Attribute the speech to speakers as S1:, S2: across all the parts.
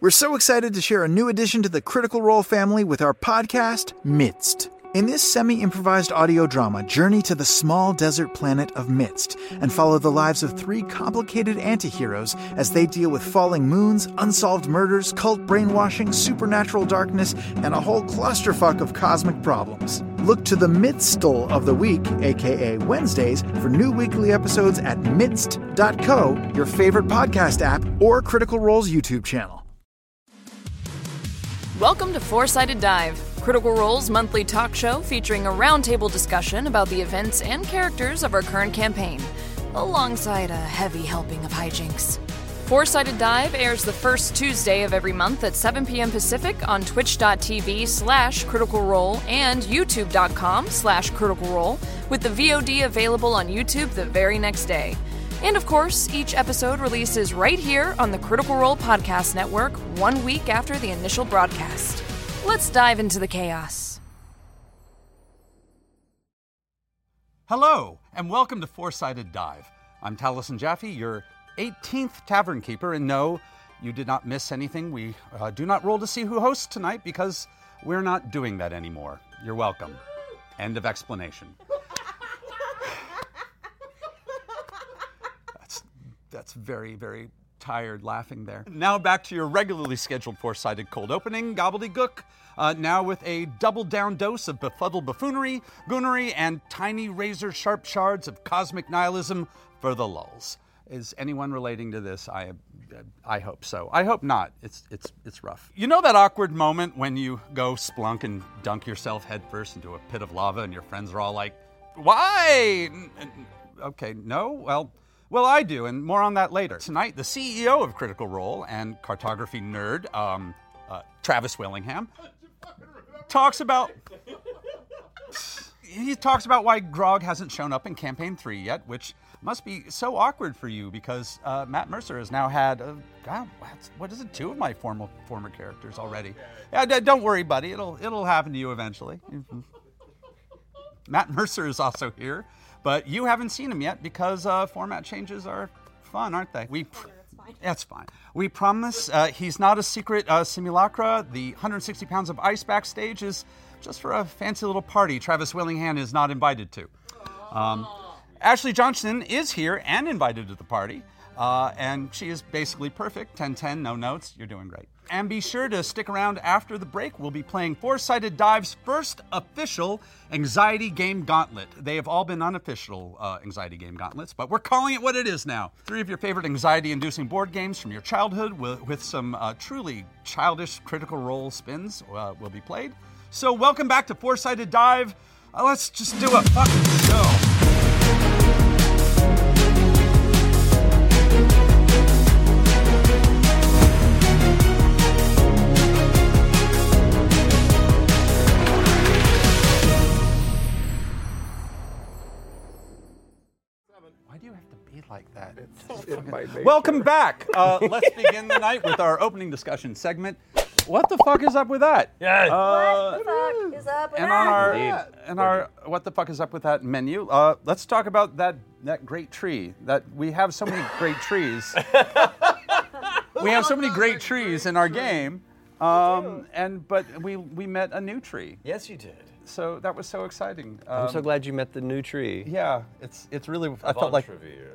S1: We're so excited to share a new addition to the Critical Role family with our podcast, Midst. In this semi improvised audio drama, journey to the small desert planet of Midst and follow the lives of three complicated anti heroes as they deal with falling moons, unsolved murders, cult brainwashing, supernatural darkness, and a whole clusterfuck of cosmic problems. Look to the Midstle of the Week, aka Wednesdays, for new weekly episodes at midst.co, your favorite podcast app, or Critical Role's YouTube channel.
S2: Welcome to Four Sided Dive, Critical Role's monthly talk show featuring a roundtable discussion about the events and characters of our current campaign, alongside a heavy helping of hijinks. Four Sided Dive airs the first Tuesday of every month at 7 p.m. Pacific on twitch.tv slash critical role and youtube.com slash critical role, with the VOD available on YouTube the very next day. And of course, each episode releases right here on the Critical Role Podcast Network one week after the initial broadcast. Let's dive into the chaos.
S3: Hello, and welcome to Four Sided Dive. I'm Taliesin Jaffe, your 18th tavern keeper, and no, you did not miss anything. We uh, do not roll to see who hosts tonight because we're not doing that anymore. You're welcome. End of explanation. that's very, very tired laughing there. Now back to your regularly scheduled four sided cold opening, gobbledygook. Uh, now with a double down dose of befuddled buffoonery, goonery, and tiny razor sharp shards of cosmic nihilism for the lulls. Is anyone relating to this? I, I hope so. I hope not. It's it's it's rough. You know that awkward moment when you go splunk and dunk yourself headfirst into a pit of lava, and your friends are all like, "Why?" Okay, no. Well, well, I do, and more on that later. Tonight, the CEO of Critical Role and cartography nerd, um, uh, Travis Willingham, talks about. He talks about why Grog hasn't shown up in Campaign 3 yet, which must be so awkward for you because uh, Matt Mercer has now had, uh, God, what is it, two of my formal, former characters already. Yeah, don't worry, buddy, it'll, it'll happen to you eventually. Mm-hmm. Matt Mercer is also here but you haven't seen them yet because uh, format changes are fun, aren't they? We. Pr- okay, Oh, that's, fine. that's fine. We promise uh, he's not a secret uh, simulacra. The 160 pounds of ice backstage is just for a fancy little party Travis Willingham is not invited to. Um, Ashley Johnson is here and invited to the party, uh, and she is basically perfect. 1010, no notes. You're doing great. And be sure to stick around after the break. We'll be playing Four Sided Dive's first official anxiety game gauntlet. They have all been unofficial uh, anxiety game gauntlets, but we're calling it what it is now. Three of your favorite anxiety inducing board games from your childhood with, with some uh, truly childish critical role spins uh, will be played. So, welcome back to Four Sided Dive. Uh, let's just do a fucking show. like that. Welcome back. Uh, let's begin the night with our opening discussion segment. What the fuck is up with that?
S4: Yeah.
S5: Uh, what the fuck is up with
S3: and
S5: that?
S3: On our, Indeed. and our what the fuck is up with that menu? Uh, let's talk about that that great tree. That we have so many great trees. we
S4: Oh,
S3: have so many great trees in our game. Um, and but we we met a new tree.
S4: Yes, you did.
S3: so that was so exciting.
S4: I'm
S3: Um,
S4: so glad you met the new tree.
S3: Yeah, it's it's really. I felt like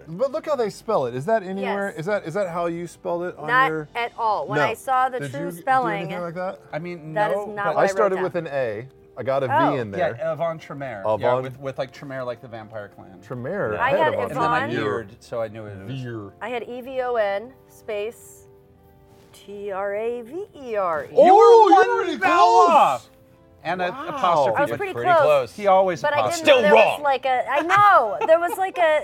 S6: But look how they spell it. Is that anywhere?
S5: Yes.
S6: Is that is that how you spelled it on
S5: Not
S6: your?
S5: at all. When I saw the
S6: Did
S5: true
S6: you
S5: spelling-
S6: do anything like that?
S3: I mean,
S5: That is
S3: no,
S5: not
S3: but
S5: what I
S6: I
S5: wrote
S6: started
S5: down.
S6: with an A. I got a V
S5: Oh.
S6: in there.
S3: Yeah, Yvonne Tremere. Yeah,
S6: Yvonne-
S3: with, with like Tremere, like the vampire clan.
S6: Tremere.
S5: I
S6: ahead
S5: had
S6: of us.
S3: And then I
S5: Yvonne?
S3: veered, so I knew it. was-
S5: I had E V O N space T R A V E R E.
S3: You
S6: Oh,
S3: were
S6: you
S3: one
S6: were really
S3: vowel
S6: close.
S3: off. And an apostrophe.
S5: I was
S3: but-
S5: pretty, close.
S3: He always
S5: But I didn't know
S3: apostrophe.
S5: there was like a. I know there was like a.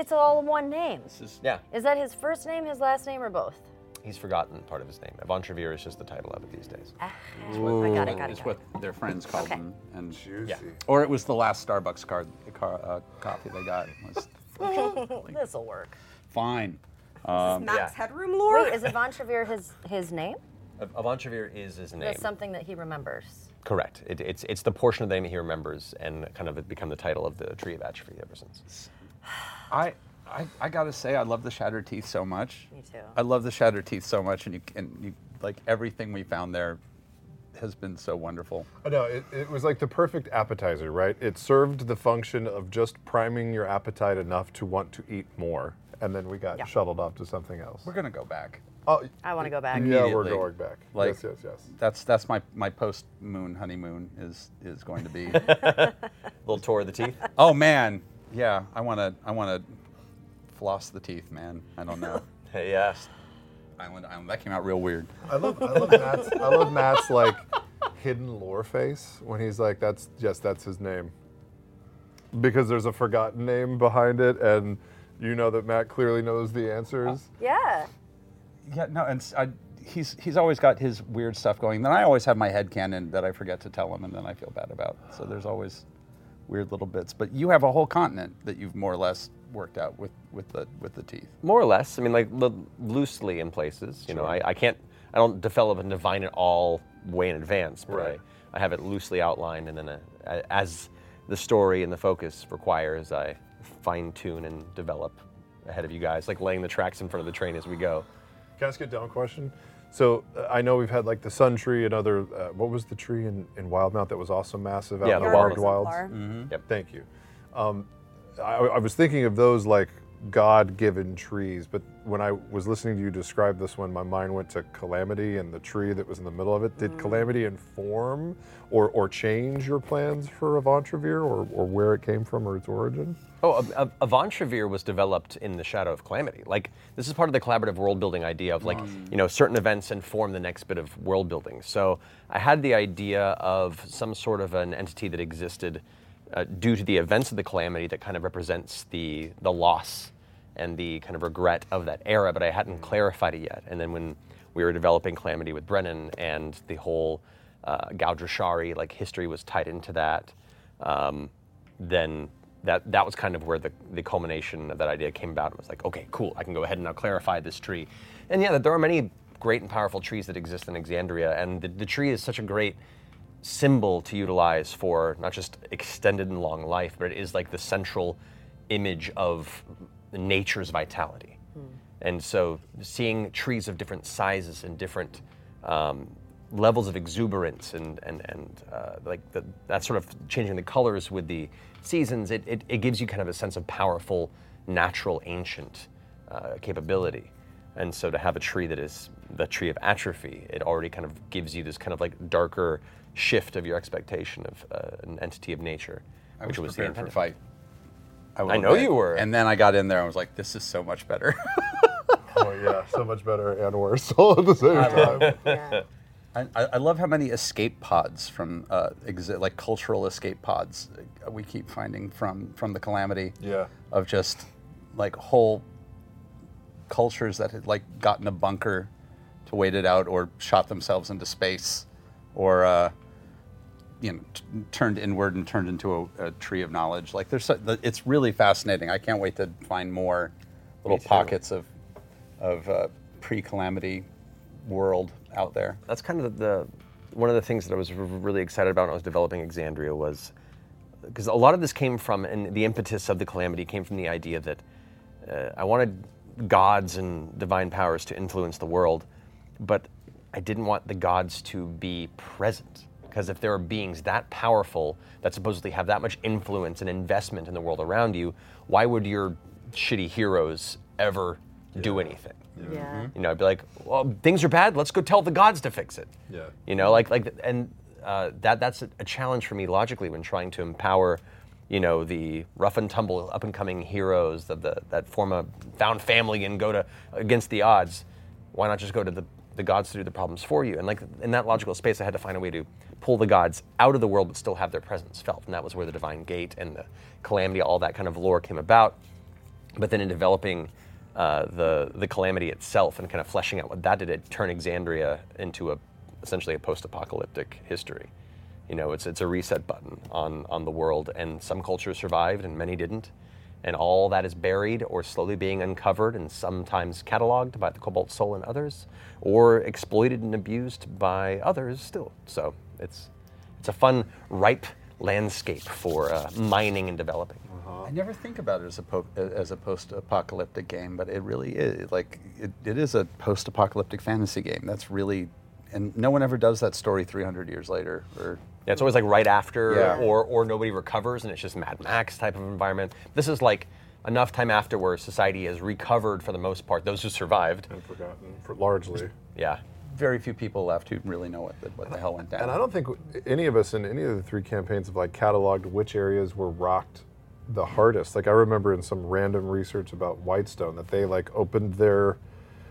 S5: It's all one name.
S4: Yeah.
S5: Is that his first name, his last name, or both?
S4: He's forgotten part of his name. Yvonne Trevier is just the title of it these days.
S5: Ah, I got it. Got it.
S3: It's
S5: Got it.
S3: what their friends called
S5: Okay.
S3: them. And, yeah. Or it was the last Starbucks card, car, uh, coffee they got. was
S5: This will work.
S3: fine. Um,
S7: Max Headroom lore?
S5: Wait, is Yvonne Trevor his his name?
S4: Yv- Yvonne Trevier is his name.
S5: That's something that he remembers.
S4: Correct. It, it's it's the portion of the name he remembers and kind of it become the title of the Tree of Atrophy ever since.
S3: I, I, I gotta say, I love the Shattered Teeth so much.
S5: Me too.
S3: I love the Shattered Teeth so much, and you and you like everything we found there has been so wonderful.
S6: Oh, No, it, it was like the perfect appetizer, right? It served the function of just priming your appetite enough to want to eat more, and then we got shuttled off to something else.
S3: We're gonna go back.
S6: Oh,
S5: I want to go back.
S6: yeah, we're
S3: immediately.
S6: going back.
S3: Like-
S6: yes, yes, yes.
S3: That's that's my my post moon honeymoon is is going to be.
S4: little tour of the teeth.
S3: oh man, yeah. I wanna I wanna floss the teeth, man. I don't know.
S4: Hey, yes.
S3: Island Island. That came out real weird.
S6: I love, I love Matt's, I love Matt's like hidden lore face when he's like, "That's yes, that's his name," because there's a forgotten name behind it, and you know that Matt clearly knows the answers.
S5: Yeah.
S3: Yeah, no, and s I he's he's always got his weird stuff going. Then I always have my head canon that I forget to tell him, and then I feel bad about. So there's always weird little bits. But you have a whole continent that you've more or less worked out with with the with the teeth.
S4: More or less. I mean, like lo- loosely in places. You know, I, I can't, I don't develop and divine it all way in advance, but
S6: Right.
S4: I, I have it loosely outlined, and then uh, a- as the story and the focus requires, I fine tune and develop ahead of you guys, like laying the tracks in front of the train as we go.
S6: Can I ask you a dumb question? So uh, I know we've had like the sun tree and other. Uh, what was the tree in, in Wildmount that was also massive out
S4: Yeah,
S6: in
S4: the
S6: the,
S4: wild-
S6: Wild Wilds?
S5: Mm-hmm.
S7: Exemplar.
S4: Yep.
S6: Thank you. Um, I, I was thinking of those like God-given trees, but when I was listening to you describe this one, my mind went to Calamity and the tree that was in the middle of it. Did Calamity inform or, or change your plans for Avantrevere or, or where it came from or its origin?
S4: Oh, Av- Av- Avantrevir was developed in the shadow of Calamity. Like this is part of the collaborative world building idea of like you know certain events inform the next bit of world building. So I had the idea of some sort of an entity that existed uh, due to the events of the Calamity that kind of represents the the loss and the kind of regret of that era, but I hadn't clarified it yet. And then when we were developing Calamity with Brennan and the whole uh, Gaudrashari like history was tied into that. Um, then that that was kind of where the, the culmination of that idea came about. It was like, okay, cool, I can go ahead and now clarify this tree. And yeah, that there are many great and powerful trees that exist in Exandria, and the, the tree is such a great symbol to utilize for not just extended and long life, but it is like the central image of nature's vitality. And so seeing trees of different sizes and different um, levels of exuberance and, and, and uh, like the, that sort of changing the colors with the seasons, it, it, it gives you kind of a sense of powerful, natural, ancient uh, capability. And so to have a tree that is the tree of atrophy, it already kind of gives you this kind of like darker shift of your expectation of uh, an entity of nature,
S3: I
S4: which
S3: was
S4: the
S3: prepared for a fight.
S4: intended-
S3: will
S4: I know
S3: admit.
S4: you were.
S3: And then I got in there. I was like, this is so much better.
S6: oh yeah, so much better and worse all at the same time.
S3: I, I I love how many escape pods from uh, exi- like cultural escape pods uh, we keep finding from from the calamity.
S6: Yeah.
S3: Of just like whole cultures that had like gotten a bunker to wait it out, or shot themselves into space, or uh, you know t- turned inward and turned into a, a tree of knowledge. Like there's so, the- it's really fascinating. I can't wait to find more little pockets of of uh, pre-calamity world out there.
S4: that's kind of the one of the things that I was r- really excited about when I was developing Exandria was because a lot of this came from and the impetus of the calamity came from the idea that uh, I wanted gods and divine powers to influence the world, but I didn't want the gods to be present. Because if there are beings that powerful that supposedly have that much influence and investment in the world around you, why would your shitty heroes ever do anything?
S5: Yeah.
S4: Mm-hmm. You know, I'd be like, well, things are bad. Let's go tell the gods to fix it.
S6: Yeah.
S4: You know, like like and uh, that that's a challenge for me logically when trying to empower, you know, the rough and tumble up and coming heroes that the, that form a found family and go to against the odds. Why not just go to the the gods to do the problems for you? And like in that logical space, I had to find a way to pull the gods out of the world but still have their presence felt, and that was where the divine gate and the calamity, all that kind of lore came about but then in developing uh, the the calamity itself and kind of fleshing out what that did, it turned Exandria into a essentially a post-apocalyptic history. You know, it's it's a reset button on on the world, and some cultures survived and many didn't, and all that is buried or slowly being uncovered and sometimes cataloged by the Cobalt Soul and others, or exploited and abused by others still. So it's it's a fun ripe landscape for uh, mining and developing.
S3: I never think about it as a po- as a post-apocalyptic game, but it really is. Like it, it is a post-apocalyptic fantasy game. That's really, and no one ever does that story 300 years later. Or
S4: Yeah, it's always like right after,
S6: Yeah.
S4: or or nobody recovers, and it's just Mad Max type of environment. This is like enough time after where society has recovered for the most part. Those who survived,
S6: Forgotten, for largely.
S4: yeah,
S3: very few people left who really know what the, what the hell went down.
S6: And I don't think any of us in any of the three campaigns have like cataloged which areas were rocked the hardest. Like I remember in some random research about Whitestone that they like opened their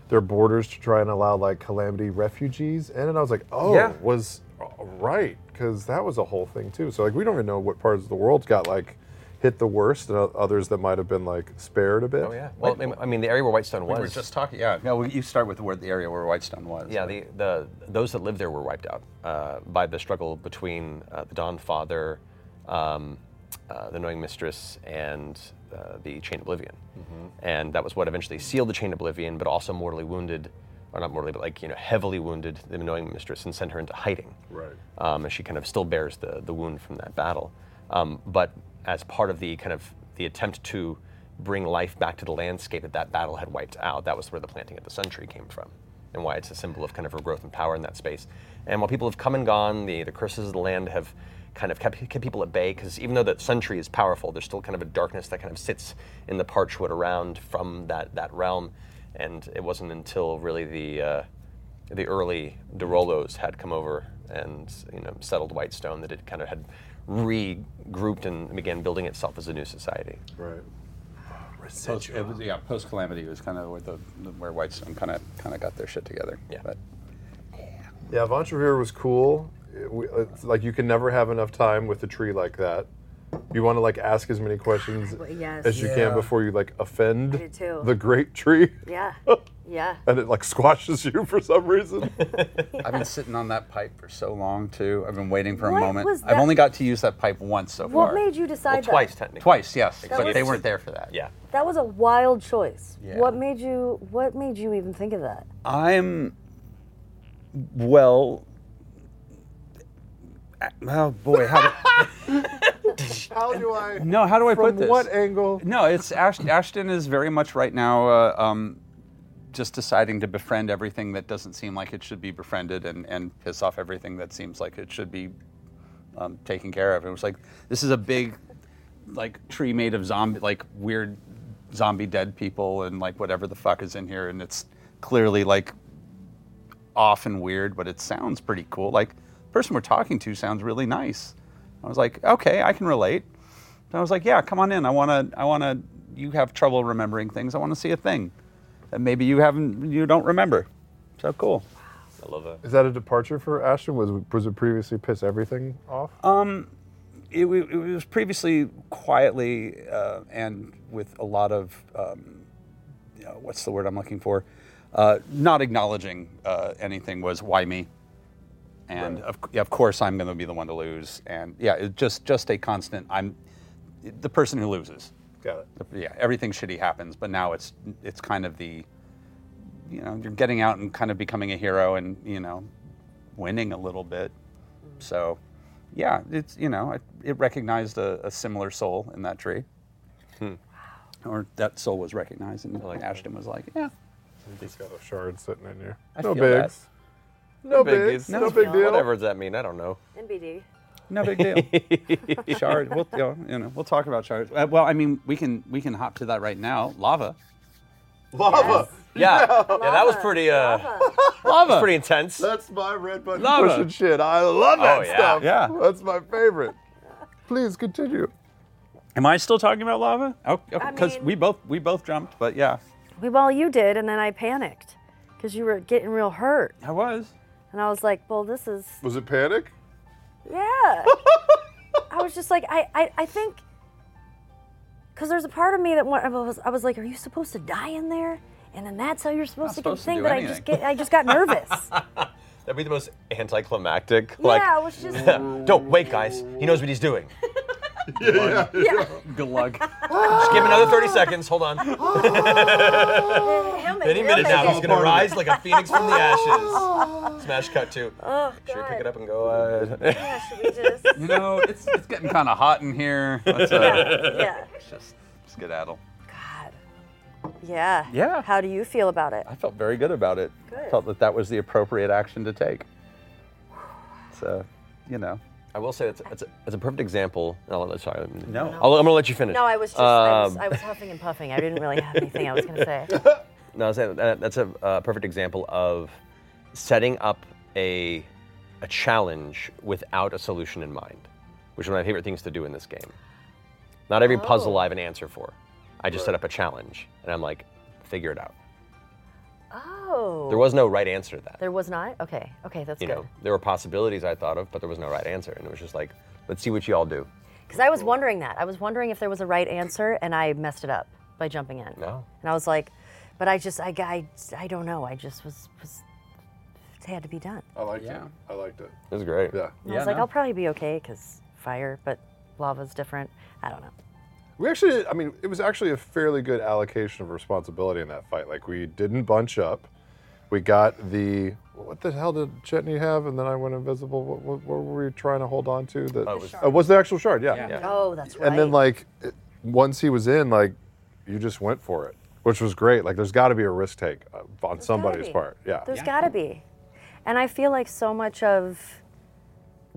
S6: their borders to try and allow like calamity refugees in, and I was like, oh,
S4: Yeah.
S6: was right because that was a whole thing too. So like we don't even know what parts of the world got like hit the worst, and o- others that might have been like spared a bit.
S4: oh yeah. Well, I mean- I mean, the area where Whitestone was,
S3: we were just talking. Yeah, no, we- you start with the word the area where Whitestone was.
S4: yeah, the, the those that lived there were wiped out uh, by the struggle between uh, the Dawn Father, um, uh, the Knowing Mistress, and uh, the Chained Oblivion,
S3: Mm-hmm.
S4: and that was what eventually sealed the Chained Oblivion, but also mortally wounded, or not mortally, but like you know, heavily wounded the Knowing Mistress and sent her into hiding.
S6: Right.
S4: um, and she kind of still bears the, the wound from that battle. Um, but as part of the kind of the attempt to bring life back to the landscape that that battle had wiped out, that was where the planting of the sun tree came from, and why it's a symbol of kind of regrowth and power in that space. And while people have come and gone, the, the curses of the land have kind of kept, kept people at bay because even though that sun tree is powerful, there's still kind of a darkness that kind of sits in the parchwood around from that that realm. And it wasn't until really the uh, the early Dorolos had come over and you know settled Whitestone that it kind of had regrouped and began building itself as a new society.
S6: Right.
S3: post, it was, yeah, post calamity was kind of where the, the where Whitestone kind of kind of got their shit together.
S4: Yeah.
S3: But
S6: Yeah, Vontrevere was cool. It- we- it's like you can never have enough time with a tree like that. You want to like ask as many questions
S5: Well, yes.
S6: as you can before you like offend
S5: do too.
S6: the great tree,
S4: Mm-hmm.
S5: Yeah. Yeah.
S6: and it like squashes you for some reason.
S3: I've been sitting on that pipe for so long too. I've been waiting for a
S5: What
S3: moment.
S5: was
S3: I've
S5: that-
S3: only got to use that pipe once so
S5: What
S3: far.
S5: made you decide
S4: Well,
S5: that?
S4: twice technically.
S3: Twice, yes,
S4: That
S3: but
S5: was-
S3: they weren't there for that.
S4: Yeah.
S5: That was a wild choice.
S3: Yeah.
S5: What made you What made you even think of that?
S3: I'm well. Oh boy, how do,
S6: How do I?
S3: no? How do I put
S6: From
S3: this?
S6: what angle?
S3: No, it's Ash, Ashton is very much right now uh, um, just deciding to befriend everything that doesn't seem like it should be befriended, and, and piss off everything that seems like it should be um, taken care of. It was like this is a big like tree made of zombie, like weird zombie dead people, and like whatever the fuck is in here, and it's clearly like off and weird, but it sounds pretty cool. Like the person we're talking to sounds really nice. I was like, okay, I can relate. And I was like, yeah, come on in. I wanna, I wanna. You have trouble remembering things. I want to see a thing that maybe you haven't, you don't remember. So cool.
S4: I love that.
S6: Is that a departure for Ashton? Was was it previously piss everything off?
S3: Um, it, wa- it was previously quietly uh, and with a lot of um, you know, what's the word I'm looking for? Uh, not acknowledging uh, anything was why me, and of, c- of course I'm going to be the one to lose. And yeah, it just just a constant. I'm the person who loses.
S6: Got it.
S3: Yeah, everything shitty happens, but now it's it's kind of the you know you're getting out and kind of becoming a hero and you know winning a little bit. So, yeah, it's you know it, it recognized a, a similar soul in that tree,
S4: Hmm.
S3: or that soul was recognized, and like Ashton was like, yeah,
S6: He's got a shard sitting in here.
S3: I
S6: no
S3: feel that.
S6: bigs. No big,
S4: Biggies.
S6: no big deal.
S4: Whatever does that mean? I don't know.
S8: NBD.
S3: No big deal. Shard, we'll you know, you know, we'll talk about shards. Uh, well, I mean, we can we can hop to that right now. Lava,
S9: Lava.
S4: Yeah, yeah, that was pretty. Uh,
S3: lava.
S4: pretty intense.
S9: That's my red button
S3: Lava.
S9: pushing shit. I love that
S4: Oh, yeah.
S9: stuff.
S3: Yeah.
S9: That's my favorite. Please continue.
S3: Am I still talking about lava? Oh, because
S8: mean-
S3: we both we both jumped, but yeah,
S8: We- Well, you did, and then I panicked because you were getting real hurt.
S3: I was.
S8: And I was like, well, this is,
S6: Was it panic?
S8: yeah. I was just like, I, I, I think, because there's a part of me that wa- I was, I was like, are you supposed to die in there? And then that's how you're supposed to
S4: Not supposed to
S8: think
S4: do
S8: that I just
S4: anything.
S8: get, I just got nervous.
S4: That'd be the most anticlimactic. Like,
S8: yeah, I was just,
S4: don't wait, guys. He knows what he's doing.
S3: Good luck.
S4: Just give him another 30 seconds. Hold on.
S8: He'll make
S4: Any
S8: it, he'll
S4: minute
S8: make
S4: now,
S8: it.
S4: he's gonna rise like a phoenix from the ashes. Smash cut too. Oh, Should we pick
S8: God.
S4: it up and go? Uh,
S8: Yeah, should we just,
S3: You know, it's it's getting kind of hot in here. Let's, uh,
S8: yeah,
S3: just skedaddle.
S8: yeah.
S3: Yeah.
S8: How do you feel about it?
S3: I felt very good about it.
S8: Good.
S3: Felt that that was the appropriate action to take. So, you know,
S4: I will say that's, that's, a, that's a perfect example. No, let- sorry.
S3: No.
S4: I'll, I'm gonna let you finish.
S8: No, I was just, I, was,
S4: Um,
S8: I was huffing and puffing. I didn't really have anything I was going to say.
S4: No, I was saying that, that's a uh, perfect example of setting up a a challenge without a solution in mind, which is one of my favorite things to do in this game. Not every
S8: Oh.
S4: puzzle I have an answer for. I just set up a challenge, and I'm like, figure it out.
S8: Oh.
S4: There was no right answer to that.
S8: There was not? Okay. Okay, that's
S4: you
S8: good.
S4: know, there were possibilities I thought of, but there was no right answer, and it was just like, let's see what you all do.
S8: Because I was wondering that. I was wondering if there was a right answer, and I messed it up by jumping in.
S4: No.
S8: And I was like, but I just, I, I, I don't know. I just was, was it had to be done.
S6: I liked
S3: Yeah.
S6: it. I liked it.
S4: It was great.
S6: Yeah.
S8: And I was like, I'll probably be okay because fire, but lava's different. I don't know.
S6: We actually, I mean, it was actually a fairly good allocation of responsibility in that fight. Like, we didn't bunch up. We got the. What the hell did Chetney have? And then I went invisible. What, what, what were we trying to hold on to? That
S4: Oh, it was-
S6: Oh, it was the actual shard, yeah.
S8: Oh, that's right.
S6: And then, like, it- once he was in, like, you just went for it, which was great. Like, there's got to be a risk take uh, on somebody's
S8: be.
S6: part. Yeah.
S8: There's got to be. And I feel like so much of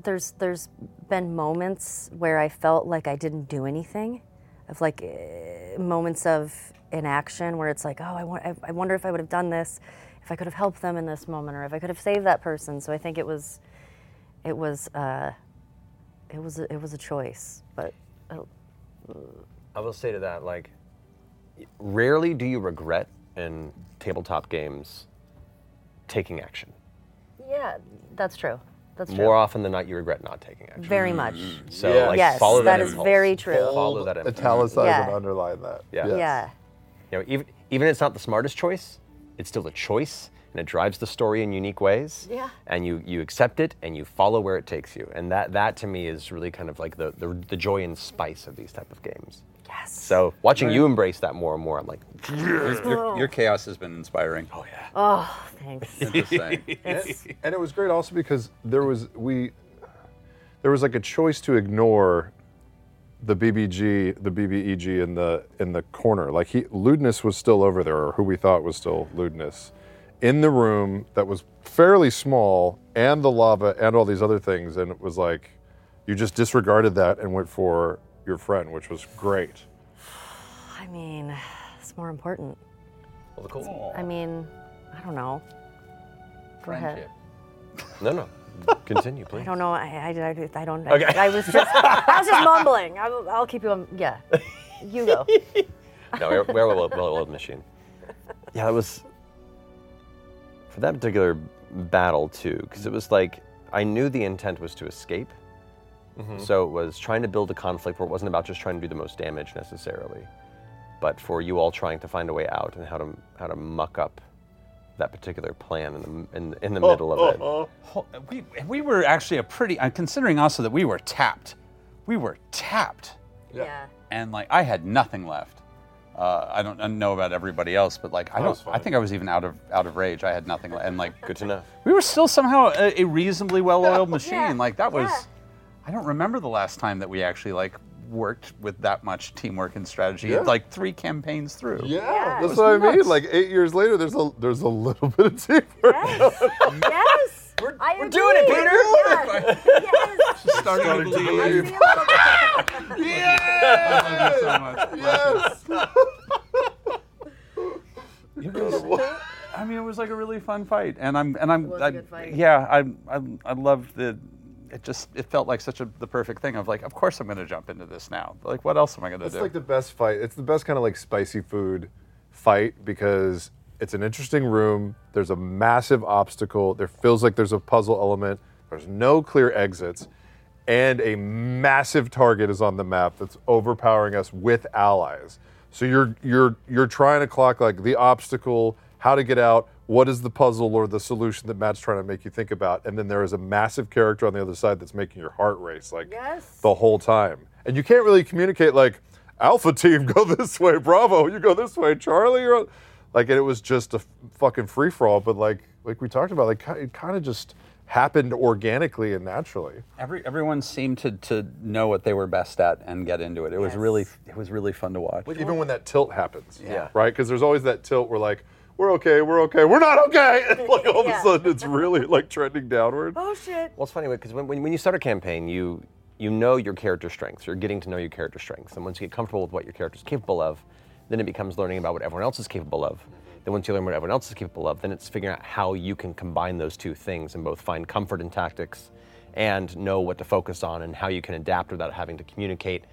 S8: there's there's been moments where I felt like I didn't do anything, of like eh, moments of inaction where it's like, oh, I, want, I, I wonder if I would have done this, if I could have helped them in this moment, or if I could have saved that person. So I think it was, it was, uh, it was, a, it was a choice. But uh,
S4: I will say to that, like, rarely do you regret in tabletop games taking action.
S8: yeah, that's true. That's true.
S4: More often than not, you regret not taking action. Mm.
S8: Very much.
S4: So,
S6: Yes.
S4: like,
S8: Yes,
S4: follow that,
S8: that is
S4: impulse.
S8: very true.
S4: Follow that impulse.
S6: Italicize
S8: Yeah.
S6: and underline that.
S4: Yeah.
S6: Yes.
S8: Yeah.
S4: You know, even even if it's not the smartest choice, it's still a choice, and it drives the story in unique ways.
S8: Yeah.
S4: And you you accept it, and you follow where it takes you, and that that to me is really kind of like the the, the joy and spice of these type of games.
S8: Yes.
S4: So watching you embrace that more and more, I'm like,
S3: your, your- your chaos has been inspiring. Oh yeah.
S8: Oh, thanks.
S3: Just saying.
S6: and it was great also because there was we there was like a choice to ignore the BBG, the BBEG in the in the corner. Like he lewdness was still over there, or who we thought was still lewdness, in the room that was fairly small, and the lava and all these other things, and it was like you just disregarded that and went for your friend, which was great.
S8: I mean, it's more important.
S4: well, cool.
S8: I mean, I don't know. Go ahead.
S3: Friendship.
S4: No, no, continue, please.
S8: I don't know. I, I, I, I don't.
S4: Okay.
S8: I, I was just. I was just mumbling. I, will- I'll keep you. on yeah. You go.
S4: No, we're, we're a well oiled machine. Yeah, it was for that particular battle too, because it was like I knew the intent was to escape.
S6: Mm-hmm.
S4: So it was trying to build a conflict where it wasn't about just trying to do the most damage necessarily, but for you all trying to find a way out and how to how to muck up that particular plan in the in, in the
S6: Oh,
S4: middle of it.
S3: Hol- We, we were actually a pretty, uh, considering also that we were tapped. We were tapped.
S8: Yeah.
S3: And like, I had nothing left. Uh, I don't I don't know about everybody else, but like, I don't, I think I was even out of, out of rage. I had nothing left. And like,
S4: Good to know.
S3: we were still somehow a, a reasonably well oiled machine.
S8: Yeah,
S3: Like, that was,
S8: yeah.
S3: I don't remember the last time that we actually like worked with that much teamwork and strategy, like three campaigns through.
S6: Yeah,
S3: It was
S6: that's what I mean.
S3: nuts.
S6: Like eight years later, there's a there's a little bit of teamwork.
S8: Yes. yes.
S4: Peter.
S5: I
S4: We're doing it,
S5: agree.
S4: Peter.
S5: Yeah. yes.
S3: Starting to believe.
S9: Yes!
S3: so much.
S9: Yes!
S3: I mean, it was like a really fun fight, and I'm and I'm
S5: was a
S3: I,
S5: good fight.
S3: yeah, I I I loved the. It just it felt like such a the perfect thing of like, of course I'm going to jump into this now. Like, what else am I going to
S6: It's
S3: do?
S6: like the best fight. It's the best kind of like spicy food fight because it's an interesting room. There's a massive obstacle. There feels like there's a puzzle element. There's no clear exits. And a massive target is on the map that's overpowering us with allies. So you're you're you're trying to clock like the obstacle, how to get out, what is the puzzle or the solution that Matt's trying to make you think about, and then there is a massive character on the other side that's making your heart race like
S5: Yes.
S6: the whole time. And you can't really communicate like Alpha Team go this way, Bravo, you go this way, Charlie. You're... Like and it was just a f- fucking free for all, but like like we talked about, like ki- it kind of just happened organically and naturally.
S3: Every, everyone seemed to, to know what they were best at and get into it. It was really it was really fun to watch.
S6: even when that tilt happens.
S4: Yeah.
S6: Right? Because there's always that tilt where like, we're okay, we're okay, we're not okay. And like all of
S5: Yeah.
S6: a sudden it's really like trending downward.
S7: Oh shit.
S4: Well, it's funny because when, when, when you start a campaign, you you know your character strengths. You're getting to know your character strengths, and once you get comfortable with what your character is capable of, then it becomes learning about what everyone else is capable of. Then once you learn what everyone else is capable of, then it's figuring out how you can combine those two things and both find comfort in tactics, and know what to focus on and how you can adapt without having to communicate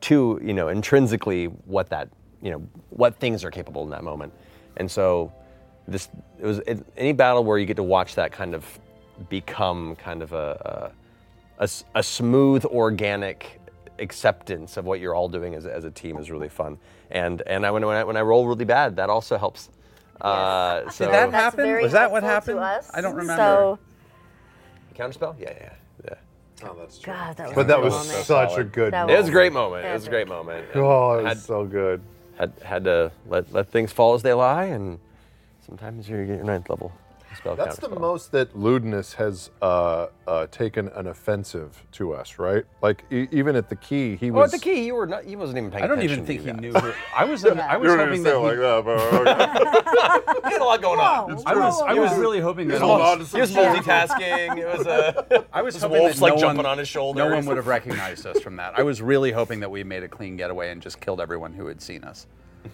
S4: to you know intrinsically what that you know what things are capable in that moment. And so this it was it, any battle where you get to watch that kind of become kind of a a, a s- a smooth organic acceptance of what you're all doing as, a- as a team is really fun and and I, when, when I when I roll really bad that also helps uh, so
S3: Did that
S5: That's
S3: happen?
S5: very
S3: Was that what
S5: helpful to
S3: happened?
S5: us.
S3: I don't remember.
S5: So,
S4: counterspell yeah yeah yeah
S6: Oh, that's true.
S5: God, that was. a
S6: But that
S5: good
S6: was
S5: moment.
S6: such a good
S5: That
S4: it was
S6: moment.
S4: a great moment it was
S5: Fantastic.
S4: a great moment And
S6: Oh, it
S4: had,
S6: was so good.
S4: had had to let let things fall as they lie and sometimes you're your ninth level spell
S6: That's the
S4: counterspell.
S6: most that lewdness has uh, uh, taken an offensive to us, right? Like e- even at the key, he
S4: Oh, at
S6: was
S4: the key you were not you wasn't even paying
S3: I don't
S4: attention
S3: even think
S4: to
S3: he
S4: that.
S3: knew. Who, I was I was hoping that he,
S6: that, but
S4: We had a lot going on
S3: I was I was really hoping that all-
S4: He was multitasking. It was a.
S3: I was
S4: His
S3: hoping
S4: wolf's,
S3: that
S4: like,
S3: no
S4: jumping
S3: one,
S4: on his shoulder.
S3: No one would have recognized us from that. I was really hoping that we made a clean getaway and just killed everyone who had seen us.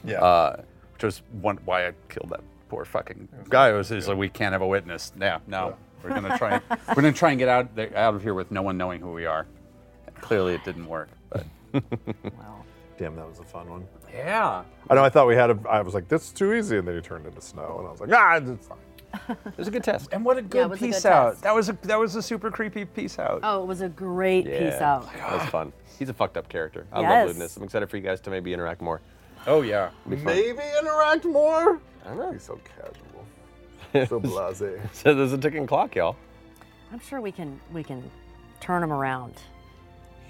S6: Yeah.
S3: Uh, which was one why I killed that poor fucking guy. It was, it was like we can't have a witness. Yeah, no. We're gonna try. we're gonna try and get out there, out of here with no one knowing who we are. Clearly, it didn't work. But
S6: Damn, that was a fun one.
S3: yeah.
S6: I know. I thought we had. A, I was like, "That's too easy," and then he turned into snow, and I was like, "Ah, it's fine."
S4: It was a good test.
S3: And what a
S5: it
S3: good
S5: was a
S3: piece
S5: good
S3: out.
S5: test.
S3: That was a that was a super creepy piece out.
S8: Oh, it was a great piece
S4: Yeah.
S8: out.
S4: That was fun. He's a fucked up character. I
S8: Yes.
S4: love Ludinus. I'm excited for you guys to maybe interact more.
S3: Oh yeah.
S9: Maybe interact more?
S4: I don't know.
S9: He's so casual. So blasé.
S4: So there's a ticking clock, y'all.
S8: I'm sure we can we can turn them around.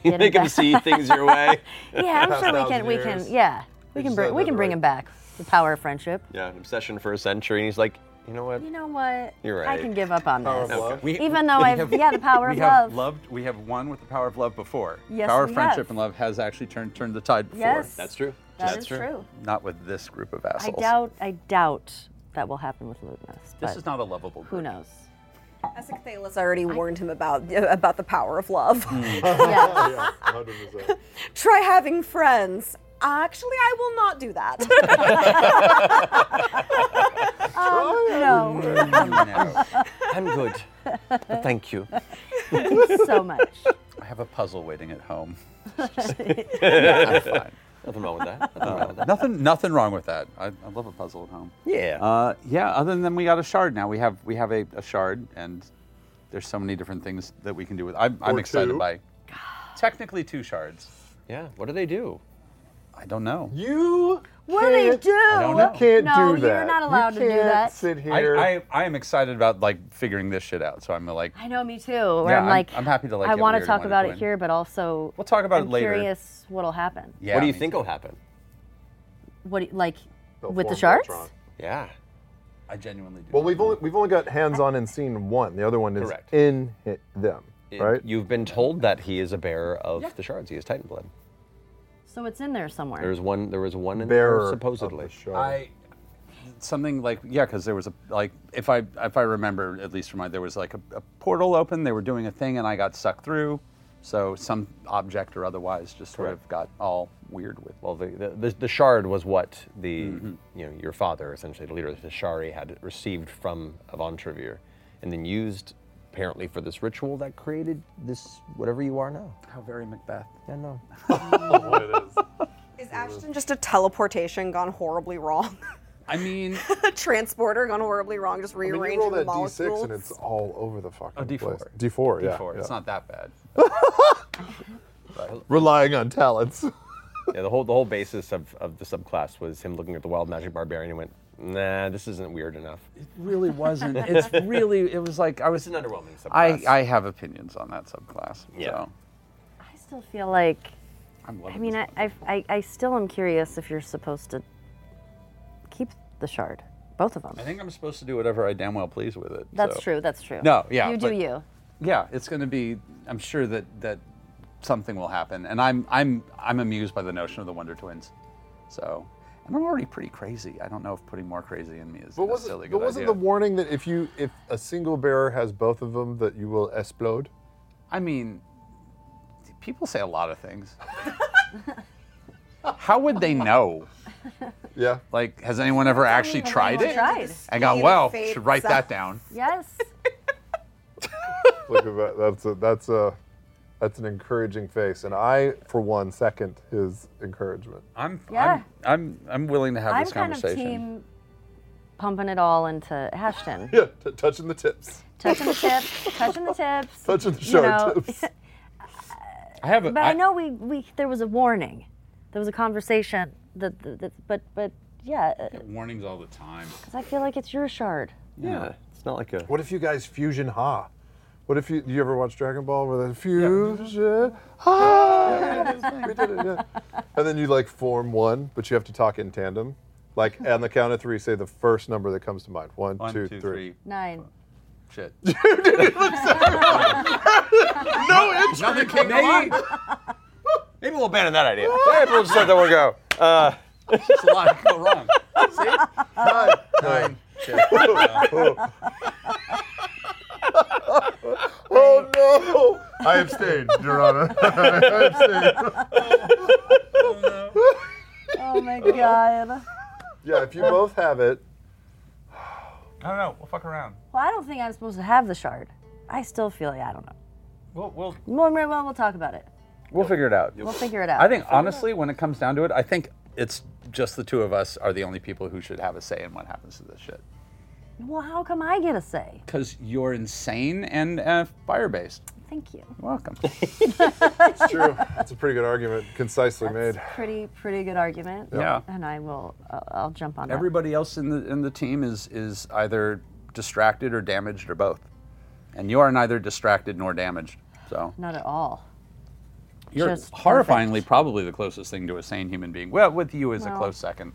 S4: You
S8: him
S4: make him
S8: back.
S4: see things your way.
S8: Yeah, I'm
S9: Past
S8: sure we can.
S9: 1,000
S8: We can.
S9: years.
S8: Yeah, we can
S9: just
S8: bring
S9: said
S8: we
S9: that
S8: can bring
S9: right.
S8: him back. The power of friendship.
S4: Yeah, an obsession for a century, and he's like, you know what?
S8: You know what?
S4: You're
S8: I
S4: right.
S8: can give up on
S9: Power of
S8: this.
S9: love.
S3: We-
S8: Even though
S3: we
S8: I've- yeah, the power
S3: we
S8: of
S3: have
S8: love.
S3: Loved, we have won with the power of love before.
S8: Yes,
S3: power of
S8: we
S3: friendship
S8: have.
S3: and love has actually turned turned the tide before.
S8: Yes.
S4: That's true.
S8: That
S4: That's
S8: is true.
S3: Not with this group of
S8: I
S3: assholes.
S8: doubt. I doubt that will happen with Ludinus.
S3: This
S8: but
S3: is not a lovable
S8: Who
S3: group.
S8: knows?
S7: Asicthala's already warned him about about the power of love.
S8: Yeah.
S6: Hmm. Yeah, 100%.
S7: Try having friends. Actually, I will not do that. Um,
S8: no.
S3: No.
S4: I'm good. But thank you.
S8: so much.
S3: I have a puzzle waiting at home.
S4: Nothing wrong with that. Nothing wrong with that.
S3: Uh, nothing, nothing wrong with that. I, I love a puzzle at home.
S4: Yeah.
S3: Uh, yeah. Other than we got a shard now. We have we have a, a shard, and there's so many different things that we can do with. I'm, I'm
S6: Or
S3: excited
S6: two.
S3: by. Technically, two shards.
S4: yeah. What do they do?
S3: I don't know.
S6: You
S8: What do they
S6: can't-
S8: do?
S3: don't
S6: You
S3: know.
S6: can't
S8: no,
S6: do that.
S8: you're not
S6: You
S8: allowed to do
S6: can't
S8: that.
S6: Sit here.
S3: I, I, I am excited about like figuring this shit out. So I'm like,
S8: I know, me too. Where
S3: Yeah,
S8: I'm
S3: I'm-
S8: like,
S3: I'm happy to, like,
S8: I
S3: get
S8: want
S3: weird
S8: to
S3: and
S8: talk
S3: wanna
S8: about it
S3: join.
S8: here, but also
S3: We'll talk about
S8: I'm
S3: it later.
S8: Curious what'll happen.
S3: yeah,
S4: what do you
S3: me
S4: think
S3: too.
S4: will happen?
S8: What do you- like
S6: They'll
S8: with the
S6: form
S8: shards?
S6: Voltron.
S4: Yeah.
S3: I genuinely do.
S6: Well, we've only we've only got hands on and seen one. The other one is
S4: Correct.
S6: in hit them,
S4: It-
S6: right?
S4: You've been told that he is a bearer of the shards. He is Titan blood.
S8: So it's in there somewhere.
S4: There was one. There was one in there
S6: Bearer of
S4: supposedly.
S6: the shard.
S3: I something like yeah, because there was a like if I if I remember at least from my there was like a, a portal open. They were doing a thing, and I got sucked through. So some object or otherwise just sort of got all weird with.
S4: Well, the the, the, the shard was what the you know your father essentially the leader of the Shari had received from Avon Trevir, and then used apparently for this ritual that created this whatever you are now.
S3: How very Macbeth.
S4: Yeah, no.
S7: Is Ashton just a teleportation gone horribly wrong?
S3: I mean,
S7: a transporter gone horribly wrong, just
S6: I mean,
S7: rearranging
S6: you roll
S7: the
S6: that d6
S7: molecules.
S6: and it's all over the fucking
S3: Oh, D4.
S6: place. D4, yeah.
S3: D4. It's
S6: yeah.
S3: not that bad.
S6: Relying on talents.
S4: uh, yeah, the whole the whole basis of, of the subclass was him looking at the wild magic barbarian and went, nah, this isn't weird enough.
S3: really wasn't. It's really. It was like I was
S4: an underwhelming
S3: I,
S4: subclass.
S3: I have opinions on that subclass.
S4: Yeah.
S3: So
S8: I still feel like.
S3: I'm loving
S8: I mean, I, I, I, I still am curious if you're supposed to keep the shard, both of them.
S3: I think I'm supposed to do whatever I damn well please with it.
S8: That's
S3: so.
S8: true. That's true.
S3: No, yeah,
S8: You do
S3: but-
S8: you.
S3: Yeah, it's going to be. I'm sure that that something will happen, and I'm I'm I'm amused by the notion of the Wonder Twins. So, and I'm already pretty crazy. I don't know if putting more crazy in me is
S6: But wasn't,
S3: necessarily a
S6: but
S3: good
S6: wasn't the
S3: idea.
S6: warning that if you if a single bearer has both of them that you will explode?
S3: I mean, people say a lot of things. How would they know?
S6: Yeah.
S3: Like, has anyone ever actually tried
S8: anyone
S3: it?
S8: tried.
S3: And gone,
S7: Speed of
S3: well,
S7: fate
S3: should write that
S7: sucks."
S3: down.
S8: Yes.
S6: Look at that. That's a, that's a that's an encouraging face, and I for one second his encouragement.
S3: I'm
S8: Yeah.
S3: I'm, I'm I'm willing to have
S8: I'm
S3: this
S8: kind of
S3: conversation.
S8: team pumping it all into Ashton.
S6: Yeah, t- touching the tips,
S8: touching the tips, touching the tips.
S6: touching the
S8: you
S6: shard
S8: know.
S6: tips.
S3: I have a,
S8: But I, know we, we there was a warning. There was a conversation. That, that, that- but but yeah,
S3: warnings all the time.
S8: because I feel like it's your shard.
S4: Yeah, it's not like a.
S6: What if you guys fusion ha? What if you you ever watch Dragon Ball where they fusion ha? We did it, yeah. And then you like form one, but you have to talk in tandem. Like on the count of three, say the first number that comes to mind. One,
S3: One, two, three.
S8: Nine. Oh
S3: Shit.
S6: No intro.
S3: Nothing came to mind.
S4: Maybe we'll abandon that idea. Maybe we'll just let that one go. Uh,
S3: It's a lot that go wrong. Nine. Shit.
S6: Oh no! I abstained, Your Honor. I abstained.
S8: Oh my god. Well,
S6: Yeah, if you both have it,
S3: I don't know. We'll fuck around.
S8: I don't think I'm supposed to have the shard. I still feel like I don't know.
S3: We'll, we'll,
S8: Well, well, well, we'll talk about it.
S3: we'll figure it out.
S8: We'll figure it out.
S3: I think, honestly, when it comes down to it, I think it's just the two of us are the only people who should have a say in what happens to this shit.
S8: Well, how come I get a say?
S3: Because you're insane and uh, fire based.
S8: Thank you.
S3: Welcome.
S6: it's true. It's a pretty good argument, concisely made.
S8: Pretty pretty good argument.
S3: Yeah.
S8: And I will. I'll, I'll jump on that.
S3: Everybody else in the in the team is is either distracted or damaged or both, and you are neither distracted nor damaged. So
S8: Not at all.
S3: you're
S8: just
S3: horrifyingly
S8: perfect.
S3: probably the closest thing to a sane human being. Well, with you is a
S8: Well.
S3: close second.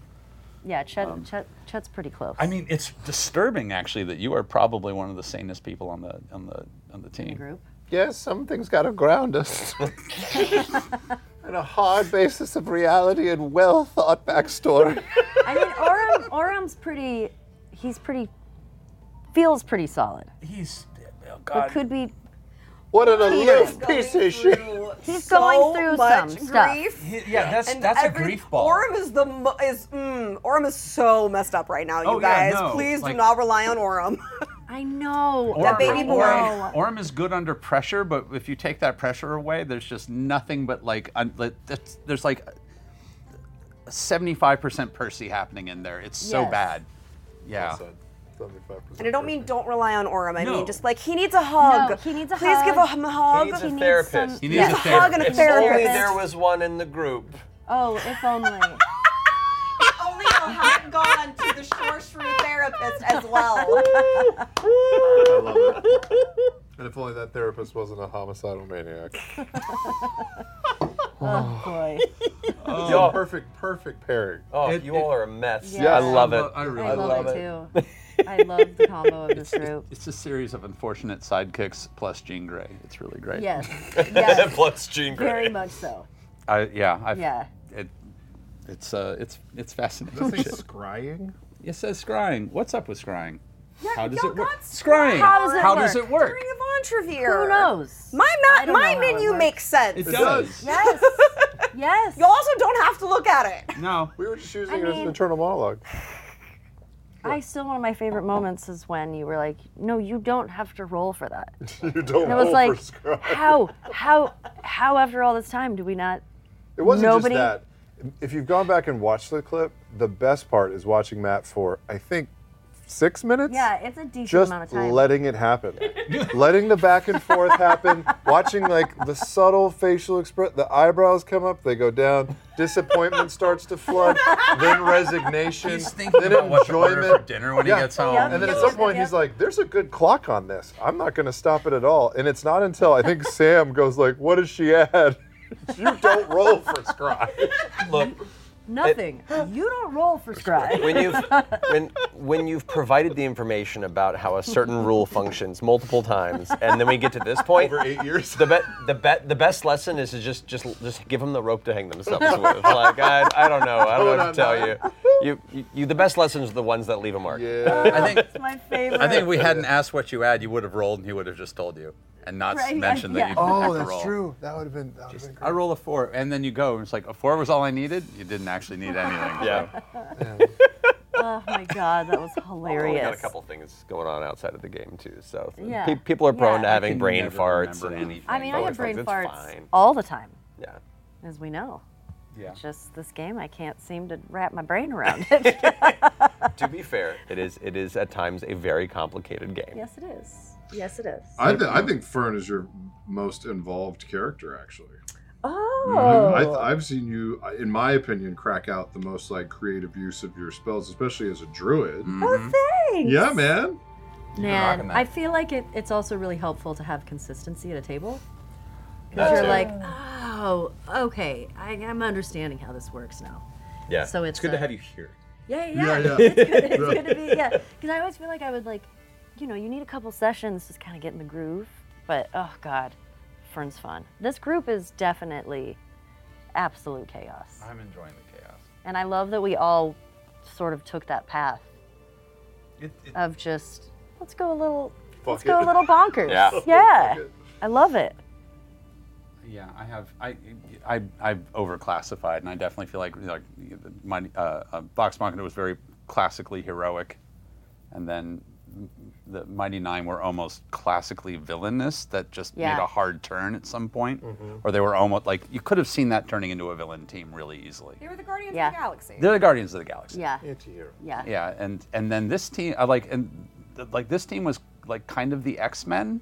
S8: Yeah, Chet,
S6: Um,
S8: Chet, Chet's pretty close.
S3: I mean, it's disturbing actually that you are probably one of the sanest people on the on the on the team.
S8: group.
S6: Yes, something's got to ground us. and a hard basis of reality and well thought backstory.
S8: I mean, Oram, Oram's pretty. He's pretty. Feels pretty solid.
S3: He's oh
S8: But could be.
S6: What an
S7: Peter's
S6: aloof
S7: going
S6: piece of shit.
S7: through
S8: He's
S7: so
S8: going through
S7: much
S8: some stuff.
S7: grief.
S3: yeah, that's
S7: And every- Orem is the mo- is mm, Orem is so messed up right now, you
S3: Oh, yeah,
S7: guys.
S3: no,
S7: Please
S3: like-
S7: do not rely on Orem.
S8: I know.
S7: That baby boy.
S3: Orem, Orem is good under pressure, but if you take that pressure away, there's just nothing but like un, like, that's- there's like seventy-five percent Percy happening in there. It's so
S8: Yes.
S3: bad. Yeah.
S7: and I don't mean don't rely on Orem. I
S3: No.
S7: mean just like he needs a hug.
S8: No, he needs a
S7: Please
S8: hug.
S7: give him a hug.
S4: needs a
S7: He
S4: therapist.
S8: some-
S3: He needs
S8: yeah.
S3: a
S7: needs a hug and a
S3: therapist.
S4: if only
S7: therapist.
S4: there was one in the group.
S8: Oh, if only.
S7: Only a hot gone to the sorcery therapist as well.
S6: I love it. And if only that therapist wasn't a homicidal maniac.
S3: Oh.
S8: boy.
S6: Y'all perfect, perfect pairing.
S4: Oh,
S3: It-
S4: you
S3: it-
S4: all are a mess.
S8: Yeah.
S4: I love it.
S3: I really
S8: I love,
S4: love
S8: it, too. I love the combo of this group.
S3: It's a series of unfortunate sidekicks plus Jean Grey. It's really great.
S8: Yes. Yes.
S4: Plus Jean Grey.
S8: Very much so.
S3: I, yeah. I've,
S8: Yeah.
S3: It, it's uh, it's it's fascinating.
S6: Is
S3: shit.
S6: scrying?
S3: It says scrying. What's up with scrying? how does
S7: y'all
S3: it work?
S7: got
S3: Scrying.
S7: How does it
S3: how
S7: work?
S3: Does it work?
S7: Montrevier.
S8: Who knows?
S7: My ma-
S8: I don't know
S7: my
S8: how it
S7: menu
S8: works.
S7: makes sense.
S3: It does.
S7: Yes.
S8: Yes.
S7: you also don't have to look at it.
S3: No.
S6: We were just using
S8: I
S6: it as an
S8: mean-
S6: internal monologue.
S8: I still one of my favorite moments is when you were like, "No, you don't have to roll for that."
S6: you don't
S8: And it was
S6: roll
S8: like,
S6: for scry.
S8: how, how, how? After all this time, do we not?
S6: It wasn't
S8: Nobody-
S6: just that. If you've gone back and watched the clip, the best part is watching Matt for I think six minutes.
S8: Yeah, it's a decent
S6: Just
S8: amount of time.
S6: letting it happen, letting the back and forth happen, watching like the subtle facial express, the eyebrows come up, they go down, disappointment starts to flood, then resignation,
S3: He's thinking
S6: then
S3: about what to order
S6: enjoyment.
S3: for dinner when he
S6: Yeah.
S3: gets home.
S6: And then at some point he's like, "There's a good clock on this. I'm not going to stop it at all." And it's not until I think Sam goes like, "What does she add?" you don't roll for scry.
S4: Look,
S8: Nothing. you don't roll for scry.
S4: when you've when when you've provided the information about how a certain rule functions multiple times, and then we get to this point
S6: Over eight years.
S4: The bet the bet the best lesson is to just just just give them the rope to hang themselves with. Like I, I don't know I don't know what to tell you. you. You you the best lessons are the ones that leave a mark.
S6: Yeah.
S3: I think
S8: my favorite.
S3: I think if we hadn't asked what you had, you would have rolled, and he would have just told you, and not
S8: Right,
S3: mentioned
S8: yeah.
S3: that you didn't have
S6: Oh,
S3: to
S6: that's
S3: roll.
S6: true. That would have been. That would have been
S3: I roll a four, and then you go, and it's like a four was all I needed. You didn't actually need anything.
S4: Yeah.
S8: Oh my god, that was
S4: Oh, We
S8: hilarious.
S4: got a couple things going on outside of the game too, so
S8: Yeah.
S4: pe- people are prone
S8: Yeah.
S4: to
S8: I
S4: having
S3: can
S4: brain
S3: never
S4: farts.
S3: remember
S4: And,
S3: anything.
S8: I mean, I
S4: Always
S8: have brain
S4: things,
S8: farts
S4: it's fine.
S8: all the time,
S4: yeah.
S8: as we know.
S3: Yeah.
S8: It's just this game, I can't seem to wrap my brain around it.
S4: to be fair, it is it is at times a very complicated game.
S8: yes, it is. Yes, it is.
S6: I, th- I think Fern is your most involved character, actually.
S8: oh.
S3: Mm-hmm.
S6: I th- I've seen you, in my opinion, crack out the most like creative use of your spells, especially as a druid.
S3: Mhm.
S8: Oh, Thanks.
S6: Yeah, man.
S3: rocking
S8: Man,
S3: that.
S8: I feel like it, it's also really helpful to have consistency at a table.
S4: That
S8: Because you're
S4: too.
S8: like, oh, okay, I, I'm understanding how this works now.
S4: Yeah.
S8: So it's, uh,
S4: you here.
S8: Yeah, yeah,
S6: Yeah, yeah.
S8: yeah. it's, good, it's good to be, yeah. Because I always feel like I would like, you know, you need a couple sessions just kind of get in the groove. But oh god, Fern's fun. This group is definitely absolute chaos,
S3: I'm enjoying the chaos.
S8: and I love that we all sort of took that path
S3: It, it,
S8: of just let's go a little, let's
S6: Fuck
S8: go
S6: it.
S8: a little bonkers.
S4: Yeah.
S8: yeah.
S6: Fuck it.
S8: I love it.
S3: yeah, I have I I I've overclassified, and I definitely feel like like my uh, uh, Vox Machina was very classically heroic, and then the Mighty Nine were almost classically villainous. That just made
S8: Yeah.
S3: a hard turn at some point, or they were almost like you could have seen that turning into a villain team really easily.
S7: They were the Guardians
S8: Yeah.
S7: of the Galaxy.
S3: They're the Guardians of the Galaxy.
S8: Yeah.
S9: Anti-hero.
S8: Yeah.
S3: Yeah, and and then this team, I like, and th- like this team was like kind of the X Men,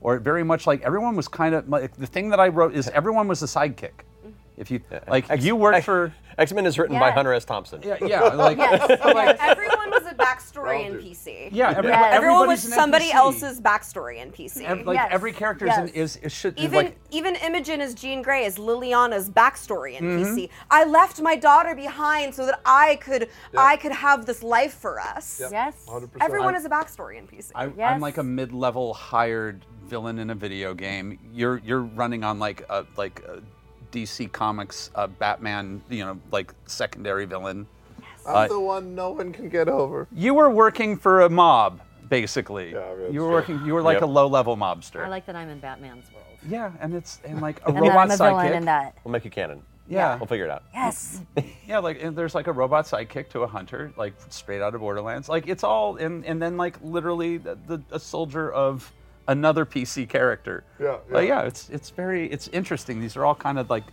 S3: or very much like everyone was kind of like the thing that I wrote is everyone was the sidekick.
S4: Mm-hmm.
S3: If you like, you worked for
S4: X Men is written by
S8: Yeah.
S4: Hunter S. Thompson.
S3: yeah, yeah, like
S7: Yes, everyone was a backstory NPC.
S3: yeah, every,
S8: Yeah.
S7: Everyone
S3: everybody's
S7: was
S3: an
S7: somebody
S3: NPC.
S7: else's backstory NPC.
S3: Ev- like
S8: Yes.
S3: every character is, an,
S8: Yes.
S3: is it should
S7: even
S3: like
S7: even Imogen as Jean Grey is Liliana's backstory NPC. I left my daughter behind so that I could I could have this life for us.
S8: Yes.
S6: 100%.
S7: Everyone is a backstory NPC.
S3: I, I'm
S8: Yes.
S3: like a mid-level hired villain in a video game. You're you're running on like a like a DC Comics uh, Batman, you know, like secondary villain.
S9: I'm the one no one can get over.
S3: You were working for a mob, basically.
S6: Yeah, that's
S3: you were
S6: true.
S3: working. You were like
S4: Yep.
S3: a low-level mobster.
S8: I
S4: Um,
S8: like that I'm in Batman's world.
S3: yeah, and it's and like a
S8: And that
S3: robot
S8: I'm a
S3: sidekick.
S8: villain in that.
S4: We'll make you canon.
S3: Yeah.
S4: We'll figure it out.
S8: Yes.
S3: Yeah, like and there's like a robot sidekick to a hunter, like straight out of Borderlands. Like it's all and and then like literally the, the a soldier of another PC character.
S6: Yeah,
S3: Like,
S6: yeah.
S3: yeah, it's it's very it's interesting. These are all kind of like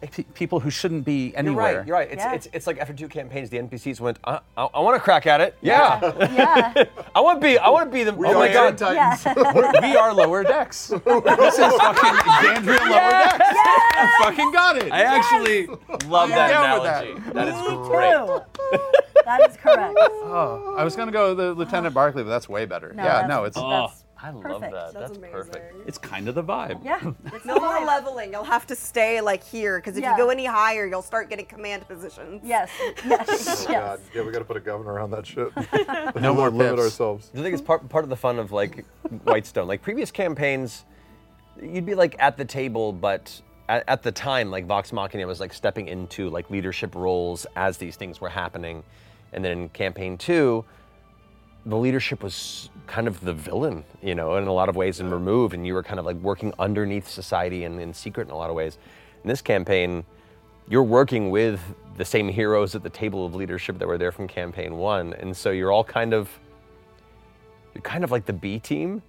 S3: pe- people who shouldn't be
S4: You're
S3: anywhere.
S4: right. You're right. It's,
S8: Yeah.
S4: it's, it's like after two campaigns, the NPCs went. I, I, I want to crack at it. Yeah.
S8: yeah.
S4: I want to be. I want to be the. oh
S6: are
S4: my god.
S6: Titans.
S3: We're- we are lower decks. this is fucking Gandria lower decks. I fucking got it.
S4: I actually love that
S3: down with that.
S4: analogy. that is great.
S8: True. that is correct.
S3: Oh, I was gonna go the Lieutenant Barkley, but that's way better.
S8: No,
S3: yeah,
S8: that's-
S3: no, it's
S8: that's
S4: I love
S8: perfect.
S4: that. That's,
S7: amazing.
S4: perfect.
S3: it's kind of the vibe.
S8: Yeah. It's
S7: no more leveling. You'll have to stay like here because if
S8: Yeah.
S7: you go any higher, you'll start getting command positions.
S8: Yes. Yes. yes.
S6: God, yeah, we got to put a governor on that shit.
S3: No more
S6: limit
S3: pips.
S6: ourselves.
S4: I think it's part part of the fun of like Whitestone. Like previous campaigns, you'd be like at the table, but at, at the time, like Vox Machina was like stepping into like leadership roles as these things were happening, And then in campaign two, the leadership was kind of the villain, you know, in a lot of ways and remove, and you were kind of like working underneath society and in secret in a lot of ways. In this campaign, you're working with the same heroes at the table of leadership that were there from campaign one, and so you're all kind of you're kind of like the B team.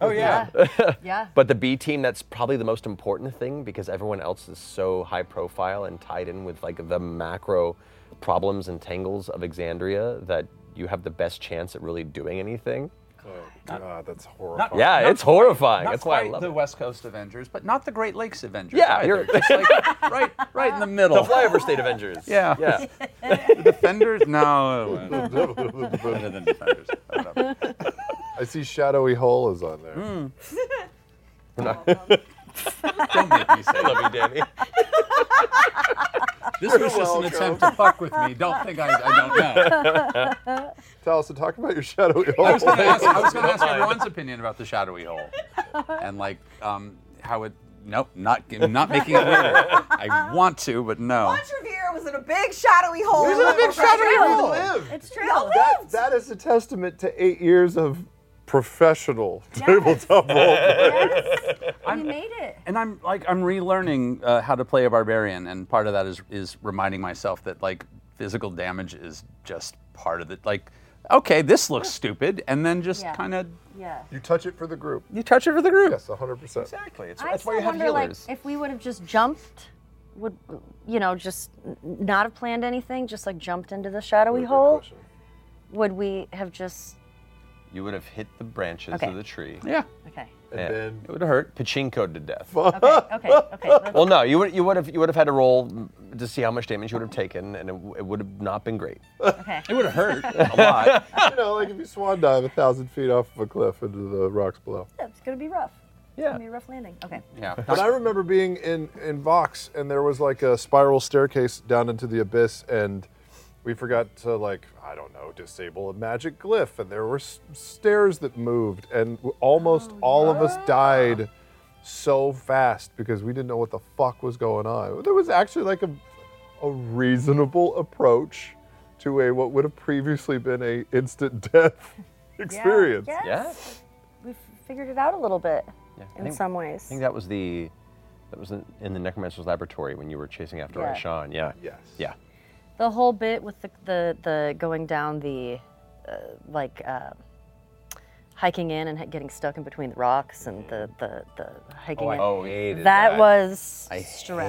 S8: Oh, yeah. Yeah. Yeah.
S4: but the B team, that's probably the most important thing because everyone else is so high profile and tied in with like the macro problems and tangles of Exandria that you have the best chance at really doing anything.
S6: God, that's horrible.
S3: Oh, Not-
S4: yeah,
S3: not
S4: it's horrifying.
S3: Not
S4: That's why I
S3: quite
S4: love
S3: the
S4: it.
S3: West Coast Avengers, but not the Great Lakes Avengers.
S4: Yeah,
S3: either.
S4: you're-
S3: Just like right, right in the middle.
S4: The flyover state Avengers.
S3: Yeah,
S4: Yeah.
S3: The Defenders? No. it wasn't. Better than Defenders. I don't know.
S6: I see shadowy hole is on there.
S3: Hmm. Don't make me say
S4: Love you,
S3: that.
S4: Danny.
S3: This
S6: You're
S3: was just an
S6: welcome.
S3: attempt to fuck with me. Don't think I, I don't know.
S6: Tell us to talk about your shadowy hole.
S3: I was going to ask, I was gonna
S4: Don't
S3: ask
S4: mind.
S3: everyone's opinion about the shadowy hole, and like um, how it. Nope, not g- not making it weird. I want to, but no.
S7: Revere was in a big shadowy hole.
S6: There's a big shadowy hole.
S8: It's true.
S7: Y'all
S6: That,
S7: lived.
S6: that is a testament to eight years of professional tabletop role.
S8: we made it.
S3: and I'm like I'm relearning uh, how to play a barbarian, and part of that is is reminding myself that like physical damage is just part of it. Like, okay, this looks stupid, and then just
S8: Yeah.
S3: kind of
S8: Yeah.
S6: You touch it for the group.
S3: you touch it for the group.
S6: Yes, 100%.
S3: Exactly. It's,
S8: I
S3: that's why you
S8: still
S3: have
S8: wonder, like,
S3: healers.
S8: if we would have just jumped, would you know, just n- not have planned anything, just like jumped into the shadowy hole, would we have just
S4: You would have hit the branches
S8: Okay.
S4: of the tree.
S3: yeah.
S8: okay?
S4: And
S6: then-
S4: it would have hurt. Pachinkoed to death.
S8: Okay, okay, okay. let's-
S4: Well, no, you would you would have you would have had to roll mm, to see how much damage you would have taken, and it, w- it would have not been great.
S8: okay.
S3: It would have hurt a lot.
S6: you know, like if you swan dive a thousand feet off of a cliff into the rocks below.
S8: It's gonna be rough. It's
S4: Yeah.
S8: gonna be a rough landing. Okay.
S3: Yeah.
S6: But I remember being in in Vox, and there was like a spiral staircase down into the abyss, and we forgot to like I don't know disable a magic glyph, and there were s- stairs that moved, and w- almost all of us died so fast because we didn't know what the fuck was going on. There was actually like a a reasonable approach to a what would have previously been a instant death experience.
S8: Yeah.
S4: Yeah.
S8: We've figured it out a little bit in
S4: think-
S8: some ways.
S4: I think that was the that was in, in the necromancer's laboratory when you were chasing after
S8: Yeah.
S4: Aishan. Yeah.
S6: Yes.
S4: Yeah.
S8: the whole bit with the the, the going down the uh, like uh, hiking in and h- getting stuck in between the rocks and the the, the hiking in.
S3: Oh,
S4: hated
S8: that, was stressful.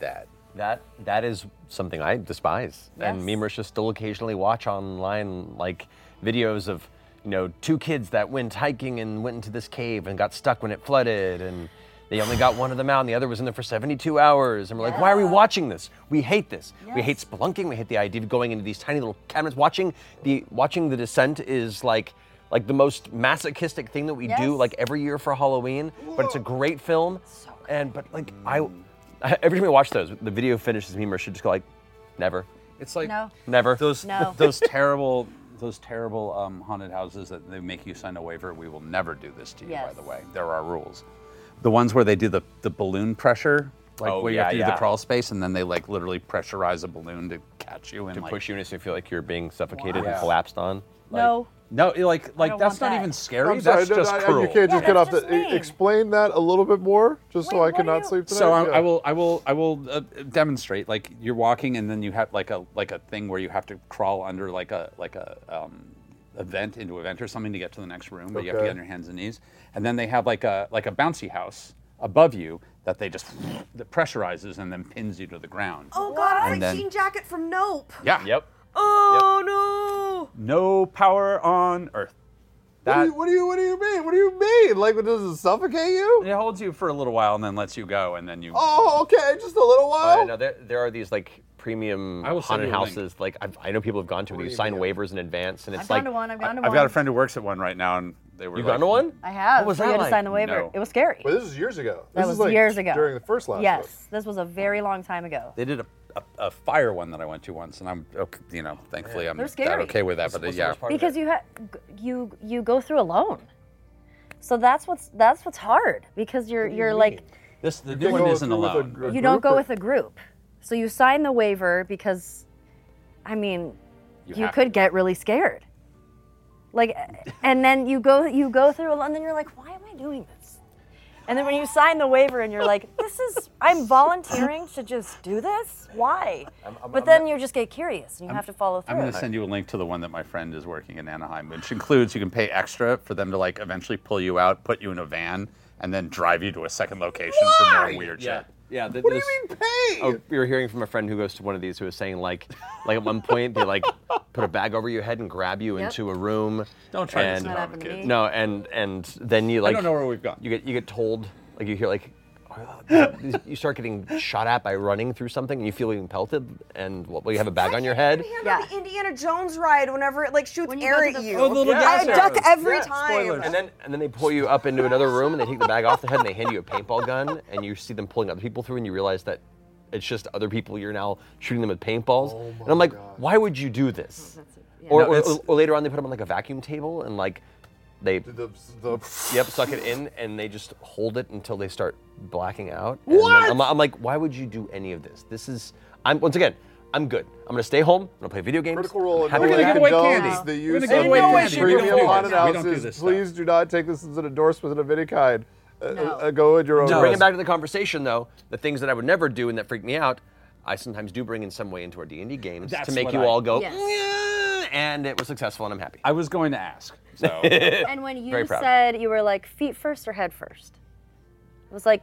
S4: that. That that is something I despise. And me and Marisha still occasionally watch online like videos of you know two kids that went hiking and went into this cave and got stuck when it flooded and they only got one of them out and the other was in there for 72 hours and we're like why are we watching this we hate this we hate spelunking we hate the idea of going into these tiny little cabinets watching the watching the descent is like like the most masochistic thing that we do
S8: Yes.
S4: like every year for Halloween, but it's a great film. and but like I, I, every time we watch those, the video finishes. Me and Marisha just go like, never,
S3: It's like
S8: No.
S4: never.
S3: those
S8: No.
S3: those terrible those terrible um, haunted houses that they make you sign a waiver. We will never do this to you. By
S8: Yes.
S3: the way, there are rules. The ones where they do the, the balloon pressure, like
S4: Oh,
S3: where you
S4: yeah,
S3: have to do
S4: yeah.
S3: the crawl space, and then they like literally pressurize a balloon to catch you and
S4: to
S3: like,
S4: push you in, so you feel like you're being suffocated and
S3: Wow.
S4: collapsed on.
S8: No.
S3: No, like like
S8: don't
S3: that's
S8: want
S3: not
S8: that.
S3: even
S6: I'm
S3: scary.
S6: sorry,
S3: that's
S6: no, no,
S3: just
S6: I-
S3: cruel.
S6: You can't just
S8: Yeah,
S6: get off
S8: that's
S6: the. e,
S8: just mean.
S6: Explain that a little bit more, just so
S8: Wait,
S6: I
S8: what
S6: cannot
S8: do you-
S6: sleep tonight.
S3: So I, I
S6: Yeah.
S3: will, I will, I will uh, demonstrate. Like you're walking, and then you have like a like a thing where you have to crawl under like a like a um, a vent into a vent or something to get to the next room, but you have to
S6: Okay.
S3: get on your hands and knees. And then they have like a like a bouncy house above you that they just that pressurizes and then pins you to the ground.
S7: Oh god, it's
S3: And
S7: like
S3: then-
S7: Jean Jacket from Nope.
S3: Yeah.
S4: Yep.
S7: Oh
S3: No power on earth.
S6: What do,
S3: That
S6: you, what do you? What do you mean? What do you mean? Like, does it suffocate you?
S3: it holds you for a little while and then lets you go, and then you.
S6: Oh, okay, just a little
S4: I
S6: while.
S4: know uh, there, there are these like premium
S3: I will send
S4: haunted
S3: you a link.
S4: houses. Like I've, I know people have gone to it. You sign waivers in advance, and it's
S8: I've
S4: like
S8: gone to one. I've gone to
S3: I've
S8: one.
S3: got a friend who works at one right now, and they were.
S4: you
S3: like,
S4: gone to one.
S8: I have.
S4: What was
S8: so
S4: that
S8: you had
S4: like?
S8: to sign the waiver.
S3: No.
S8: It was scary.
S6: But this is years ago.
S8: that
S6: this
S8: was
S6: is like
S8: years ago.
S6: During the first last.
S8: Yes, this was a very long time ago.
S3: They did a, a, a fire one that I went to once, and I'm, okay, you know, thankfully I'm
S8: They're
S3: not
S8: scary.
S3: okay with that. But uh,
S4: What's the
S3: yeah,
S4: worst part of
S8: because
S4: it?
S8: you ha- g- you you go through alone so that's what's that's what's hard because you're you're like
S3: this the
S6: You
S3: new one
S6: go
S3: isn't
S6: through with a
S3: alone.
S6: gr-
S8: you don't
S6: group
S8: go
S6: or-
S8: with a group so you sign the waiver because i mean you, could get really scared. Like, and then you go you go through a lot, and then you're like, why am I doing this? And then when you sign the waiver, and you're like, this is I'm volunteering to just do this. Why?
S3: I'm- I'm-
S8: but
S3: I'm-
S8: then you just get curious, and you
S3: I'm-
S8: have to follow through.
S3: I'm going to send you a link to the one that my friend is working in Anaheim, which includes you can pay extra for them to like eventually pull you out, put you in a van, and then drive you to a second location for more weird
S4: yeah.
S3: shit.
S4: Yeah, th-
S3: What do
S4: this,
S3: you
S4: mean pay? Oh, we were hearing from a friend who goes to one of these who was saying like, like at one point they like put a bag over your head and grab you
S3: Yep.
S4: into a room.
S3: Don't try this at
S4: and-
S3: home, That happened to kids. me.
S4: No, and and then you
S3: I
S4: like.
S3: don't know where we've gone.
S4: You get you get told like you hear like, oh, you start getting shot at by running through something and you feel being pelted and well, you have a bag on your head.
S7: Yeah. The Indiana Jones ride whenever it like shoots
S8: go
S7: air
S8: to
S7: at
S8: the
S7: you.
S8: Oh, the little
S7: I
S8: gas
S7: duck
S4: arrows.
S7: every
S4: Yeah,
S7: time.
S4: And then and then they pull you up into another room and they take the bag off the head and they hand you a paintball gun and you see them pulling other people through and you realize that it's just other people you're now shooting them with paintballs.
S6: Oh
S4: and I'm like, why would you do this? Or,
S3: No,
S4: or,
S3: it's-
S4: or later on they put them on like a vacuum table and like they
S6: the,
S4: yep suck it in and they just hold it until they start blacking out. And then
S3: What?
S4: I'm, I'm like, why would you do any of this? This is I'm once again. I'm good. I'm gonna stay home. I'm gonna play video games. Critical role.
S6: No one condones The use
S4: gonna give
S6: of
S4: away
S6: the
S4: candy. We're
S6: premium
S4: gonna
S6: haunted
S4: do this. We don't do
S6: houses.
S4: this stuff.
S6: Please do not take this as an endorsement of any kind. Uh, uh, go at your own
S4: To bring it
S6: risk.
S4: back to the conversation, though, the things that I would never do and that freak me out, I sometimes do bring in some way into our D and D games
S3: That's
S4: to make
S3: what
S4: you
S3: I-
S4: all go,
S8: Yes.
S4: "Mm," and it was successful, and I'm happy.
S3: I was going to ask. So.
S8: and when you said you were like feet first or head first, it was like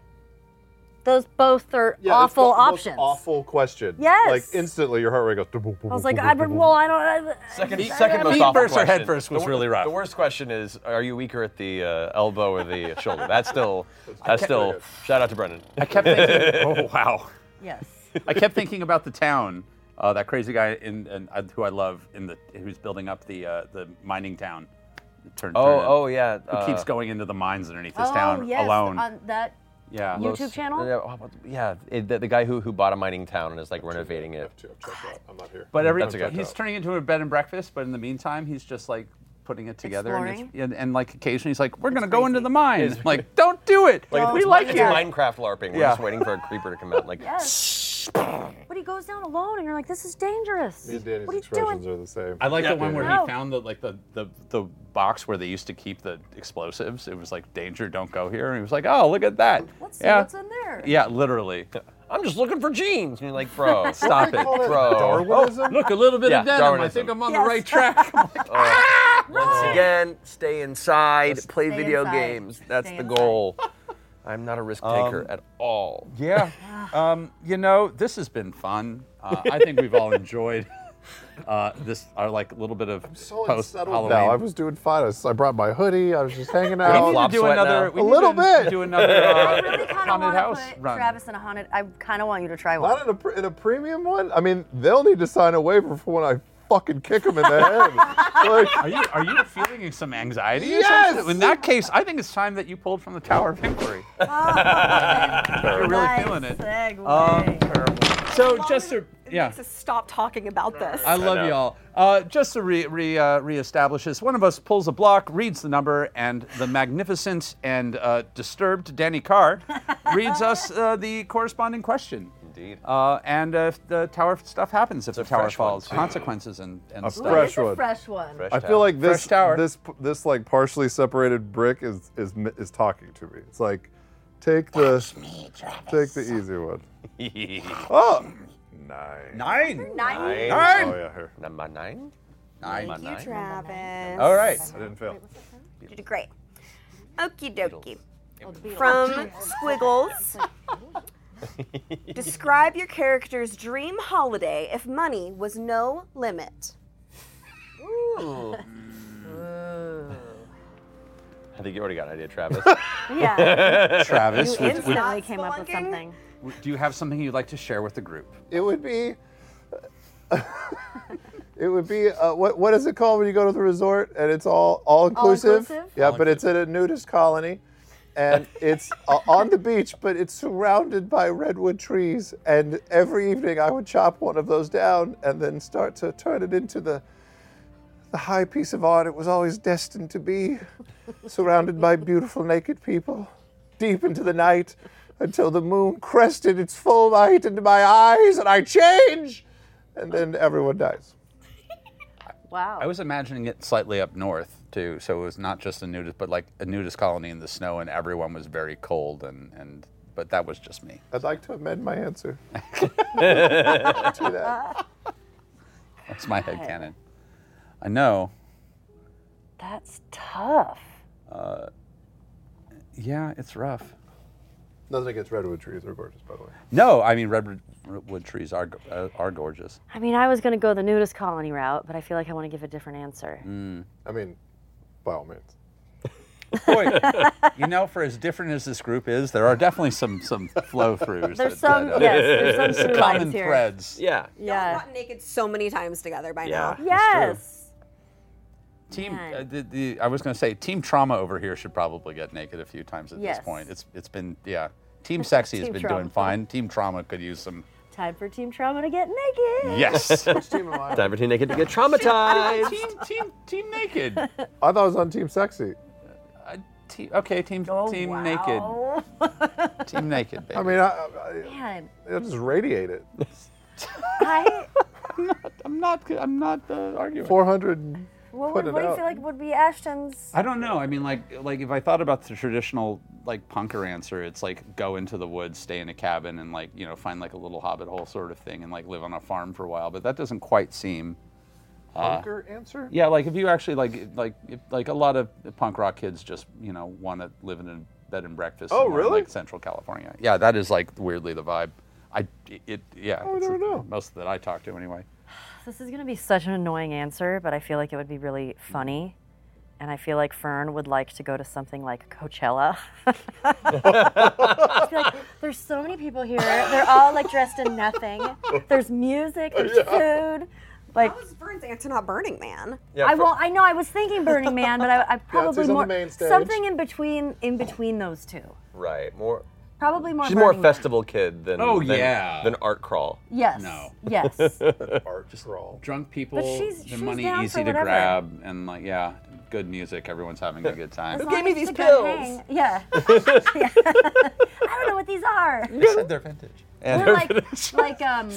S8: those both are
S6: Yeah, it's the
S8: awful
S6: most
S8: options.
S6: awful question.
S8: Yes.
S6: Like instantly, your heart rate goes.
S8: I was like, I, but, well, I don't. I,
S4: Second,
S8: I-
S4: second
S8: I-
S4: most
S8: I-
S4: awful
S3: first or head
S4: question.
S3: first
S4: The
S3: was
S4: wor-
S3: really rough.
S4: The worst question is, are you weaker at the uh, elbow or the shoulder? That's still, that's still. Shout out to Brendan.
S3: I kept thinking, oh wow.
S8: Yes.
S3: I kept thinking about the town, uh, that crazy guy in, in uh, who I love in the who's building up the uh, the mining town. Turn,
S4: Oh,
S3: turn it.
S4: oh, yeah,
S3: Who keeps
S4: uh,
S3: going into the mines underneath this
S8: oh,
S3: town
S8: yes,
S3: alone?
S8: On that
S3: yeah.
S8: YouTube channel.
S4: Yeah, oh, what- yeah, it- the, the guy who who bought a mining town and is like renovating it.
S6: I'm not here.
S3: But every
S4: That's a good
S3: he's
S4: joke.
S3: turning into a bed and breakfast, but in the meantime, he's just like putting it together and, it's,
S4: Exploring.
S3: and and like occasionally he's like, "We're gonna go into the mine."
S4: It's-
S3: like, don't do it.
S4: Like,
S3: we
S4: it's-
S3: like
S4: it's
S3: you.
S4: Minecraft LARPing. We're
S3: Yeah.
S4: just waiting for a creeper to come out. Like,
S8: Yes. But he goes down alone, and you're like, this is dangerous.
S6: Me and Danny's
S8: what are you
S6: expressions
S8: doing?
S6: are the same.
S3: I like the one where
S8: No.
S3: he found the like the, the the box where they used to keep the explosives. It was like danger, don't go here. And he was like, oh, look at that.
S8: Let's see what's in there.
S3: Yeah, literally.
S4: I'm just looking for jeans. And you're like, bro,
S3: Stop
S4: stop
S3: it,
S4: it,
S3: call it
S4: bro.
S3: Darwinism? look, a little bit of denim. I think I'm on the Yes. right track.
S4: Once again, stay inside, play
S3: stay
S4: video
S3: inside.
S4: games. That's
S3: Stay
S4: the
S3: inside.
S4: goal. I'm not a risk taker
S3: Um,
S4: at all.
S3: Yeah.
S8: Ah.
S3: um, you know, this has been fun. Uh, I think we've all enjoyed uh, this our like little bit of
S6: so
S3: post
S6: unsettled
S3: Halloween.
S6: now. I was doing fine. I, s- I brought my hoodie. I was just hanging
S3: We
S6: out.
S3: need to Flop do sweat another- now. we
S6: a
S3: need
S6: little
S3: to
S6: bit.
S3: do another, uh, I
S8: really kind of
S3: haunted
S8: want
S3: house
S8: to put
S3: run.
S8: Travis in a haunted. I kind of want you to try one.
S6: Not in a, pr- in a premium one. I mean, they'll need to sign a waiver for when I fucking kick them in the head. Like,
S3: are you are you feeling some anxiety? or
S6: Yes!
S3: something? In that case, I think it's time that you pulled from the Tower of Inquiry. You're really
S7: Nice
S3: feeling it.
S7: segue.
S3: Um, terrible. So just to yeah.
S7: Makes us stop talking about this.
S3: I love y'all. Uh, just to re, re, uh, reestablish this, one of us pulls a block, reads the number, and the magnificent and uh, disturbed Danny Carr reads us uh, the corresponding question.
S4: Indeed.
S3: Uh, and uh, if the tower stuff happens, if the tower
S4: fresh one,
S3: falls,
S4: too.
S3: consequences and, and
S6: A
S3: stuff.
S6: fresh Ooh, it is a one. fresh
S8: one.
S6: I
S3: tower.
S6: feel like this
S3: Fresh tower.
S6: this p- this like partially separated brick is is m- is talking to me. It's like, take the take the easy one. oh, nine.
S3: Nine.
S7: Nine.
S3: Nine.
S6: Oh yeah, here.
S4: Number nine?
S3: Nine.
S4: Number
S7: You,
S4: nine?
S7: Travis.
S4: All right.
S6: I didn't fail.
S7: You did great. Okie dokie.
S8: Beatles.
S7: From Squiggles. Describe your character's dream holiday if money was no limit.
S4: I think you already got an idea, Travis.
S8: Yeah.
S3: Travis,
S8: you
S3: would- would-
S8: instantly came up with something.
S3: Do you have something you'd like to share with the group?
S6: It would be. it would be uh, what what is it called when you go to the resort and it's all all inclusive?
S9: All-inclusive?
S6: Yeah, but it's in a nudist colony, and it's uh, on the beach, but it's surrounded by redwood trees. And every evening, I would chop one of those down and then start to turn it into the the high piece of art it was always destined to be, surrounded by beautiful naked people, deep into the night, until the moon crested its full light into my eyes and I change, and then everyone dies.
S7: Oh.
S8: Wow.
S3: I was imagining it slightly up north too, so it was not just a nudist, but like a nudist colony in the snow, and everyone was very cold, and and but that was just me.
S9: I'd like to amend my answer.
S3: That's
S9: Do that.
S3: my head cannon. I know.
S8: That's tough.
S3: Uh, yeah, it's rough.
S6: Nothing against redwood trees; they're gorgeous, by the way.
S3: No, I mean redwood wood trees are go- uh, are gorgeous.
S8: I mean, I was going to go the nudist colony route, but I feel like I want to give a different answer.
S3: Mm.
S6: I mean, by all means.
S3: Boy, you know, for as different as this group is, there are definitely some some flow throughs.
S7: There's some- yes, there's some through lines
S3: uh, common
S7: here.
S3: threads.
S4: Yeah.
S7: Y'all have gotten naked so many times together by
S3: Yeah,
S7: now.
S3: it's Yes. Team, uh, the, the, I was going to say, team trauma over here should probably get naked a few times at
S8: Yes.
S3: this point. It's it's been yeah. Team sexy has
S8: Team
S3: been
S8: trauma.
S3: doing fine. Team trauma could use some.
S8: Time for Team Trauma to get naked.
S3: Yes.
S4: Time for Team Naked to get traumatized.
S3: team, team, team naked.
S6: I thought I was on Team Sexy.
S3: Uh, Team, okay, team,
S8: Oh,
S3: team naked. Team naked, baby.
S6: I mean, I, I,
S8: Man,
S6: I just radiate it.
S8: I,
S3: I'm not. I'm not uh, arguing.
S6: 400.
S5: What,
S3: Put
S5: would,
S3: it
S5: what do you
S3: out.
S5: feel like would be Ashton's?
S3: I don't know. I mean, like, like if I thought about the traditional like punker answer, it's like go into the woods, stay in a cabin, and like you know find like a little hobbit hole sort of thing, and like live on a farm for a while. But that doesn't quite seem. uh,
S6: Bunker answer?
S3: yeah, like if you actually like like if, like a lot of punk rock kids just you know want to live in a bed and breakfast.
S6: Oh,
S3: somewhere in,
S6: really?
S3: Like Central California. Yeah, that is like weirdly the vibe. I it yeah.
S8: I
S3: it's
S8: never
S3: the-
S8: know.
S3: Most that I talk to anyway.
S8: this is going to be such an annoying answer, but I feel like it would be really funny. And I feel like Fern would like to go to something like Coachella. Just be like, there's so many people here. They're all like dressed in nothing. There's music. There's food. Like
S7: How is Vern's answer not Burning Man?
S8: I well, I know I was thinking Burning Man, but I, I probably
S4: on the
S8: more
S4: main stage.
S8: something in between in between those two.
S4: Right. More.
S8: Probably more.
S4: She's more a
S8: Burning Man.
S4: festival kid than.
S3: Oh,
S4: than-
S3: yeah.
S4: Than art crawl.
S8: Yes. No. Yes.
S3: art crawl. Drunk people,
S8: But she's-
S3: the
S8: she's
S3: money
S8: down for
S3: easy to
S8: whatever.
S3: grab, and like yeah, good music. Everyone's having a good time.
S8: As
S3: They
S8: long
S7: me
S8: as
S7: these
S8: it's a good
S7: pills?
S8: hang. Yeah. yeah. I don't know what these are.
S3: said they're vintage. And
S8: Or like, like um,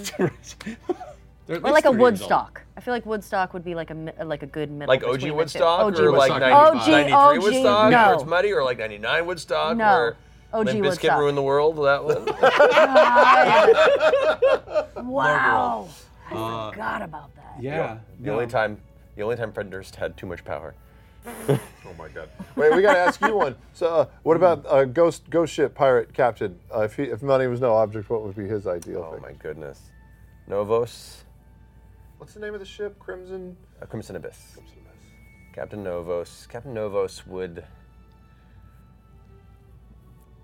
S3: They're at
S8: or
S3: least
S8: like a
S3: three years old.
S8: Woodstock. I feel like Woodstock would be like a mi- like a good middle.
S4: Like
S8: between
S4: OG
S8: the two.
S4: Woodstock
S8: OG
S4: or
S8: Woodstock.
S4: like 90,
S8: OG,
S4: 93
S8: OG,
S4: Woodstock
S8: no.
S4: where it's muddy or like 99 Woodstock
S8: No.
S4: where
S8: OG
S4: Limp Bizkit
S8: Woodstock.
S4: ruined the world. That one.
S8: Wow.
S4: Uh,
S8: Forgot about that.
S4: Yeah. The only time, the only time Fred Durst had too much power.
S6: oh my God.
S9: Wait,
S6: we gotta ask you one. So, uh, what about uh, ghost ghost ship pirate captain? Uh, if he, if money was no object, what would be his ideal
S4: Oh
S6: thing?
S4: my goodness. Novos,
S6: What's the name of the ship? Crimson.
S4: a Uh, Crimson Abyss. Crimson Abyss. Captain Novos. Captain Novos would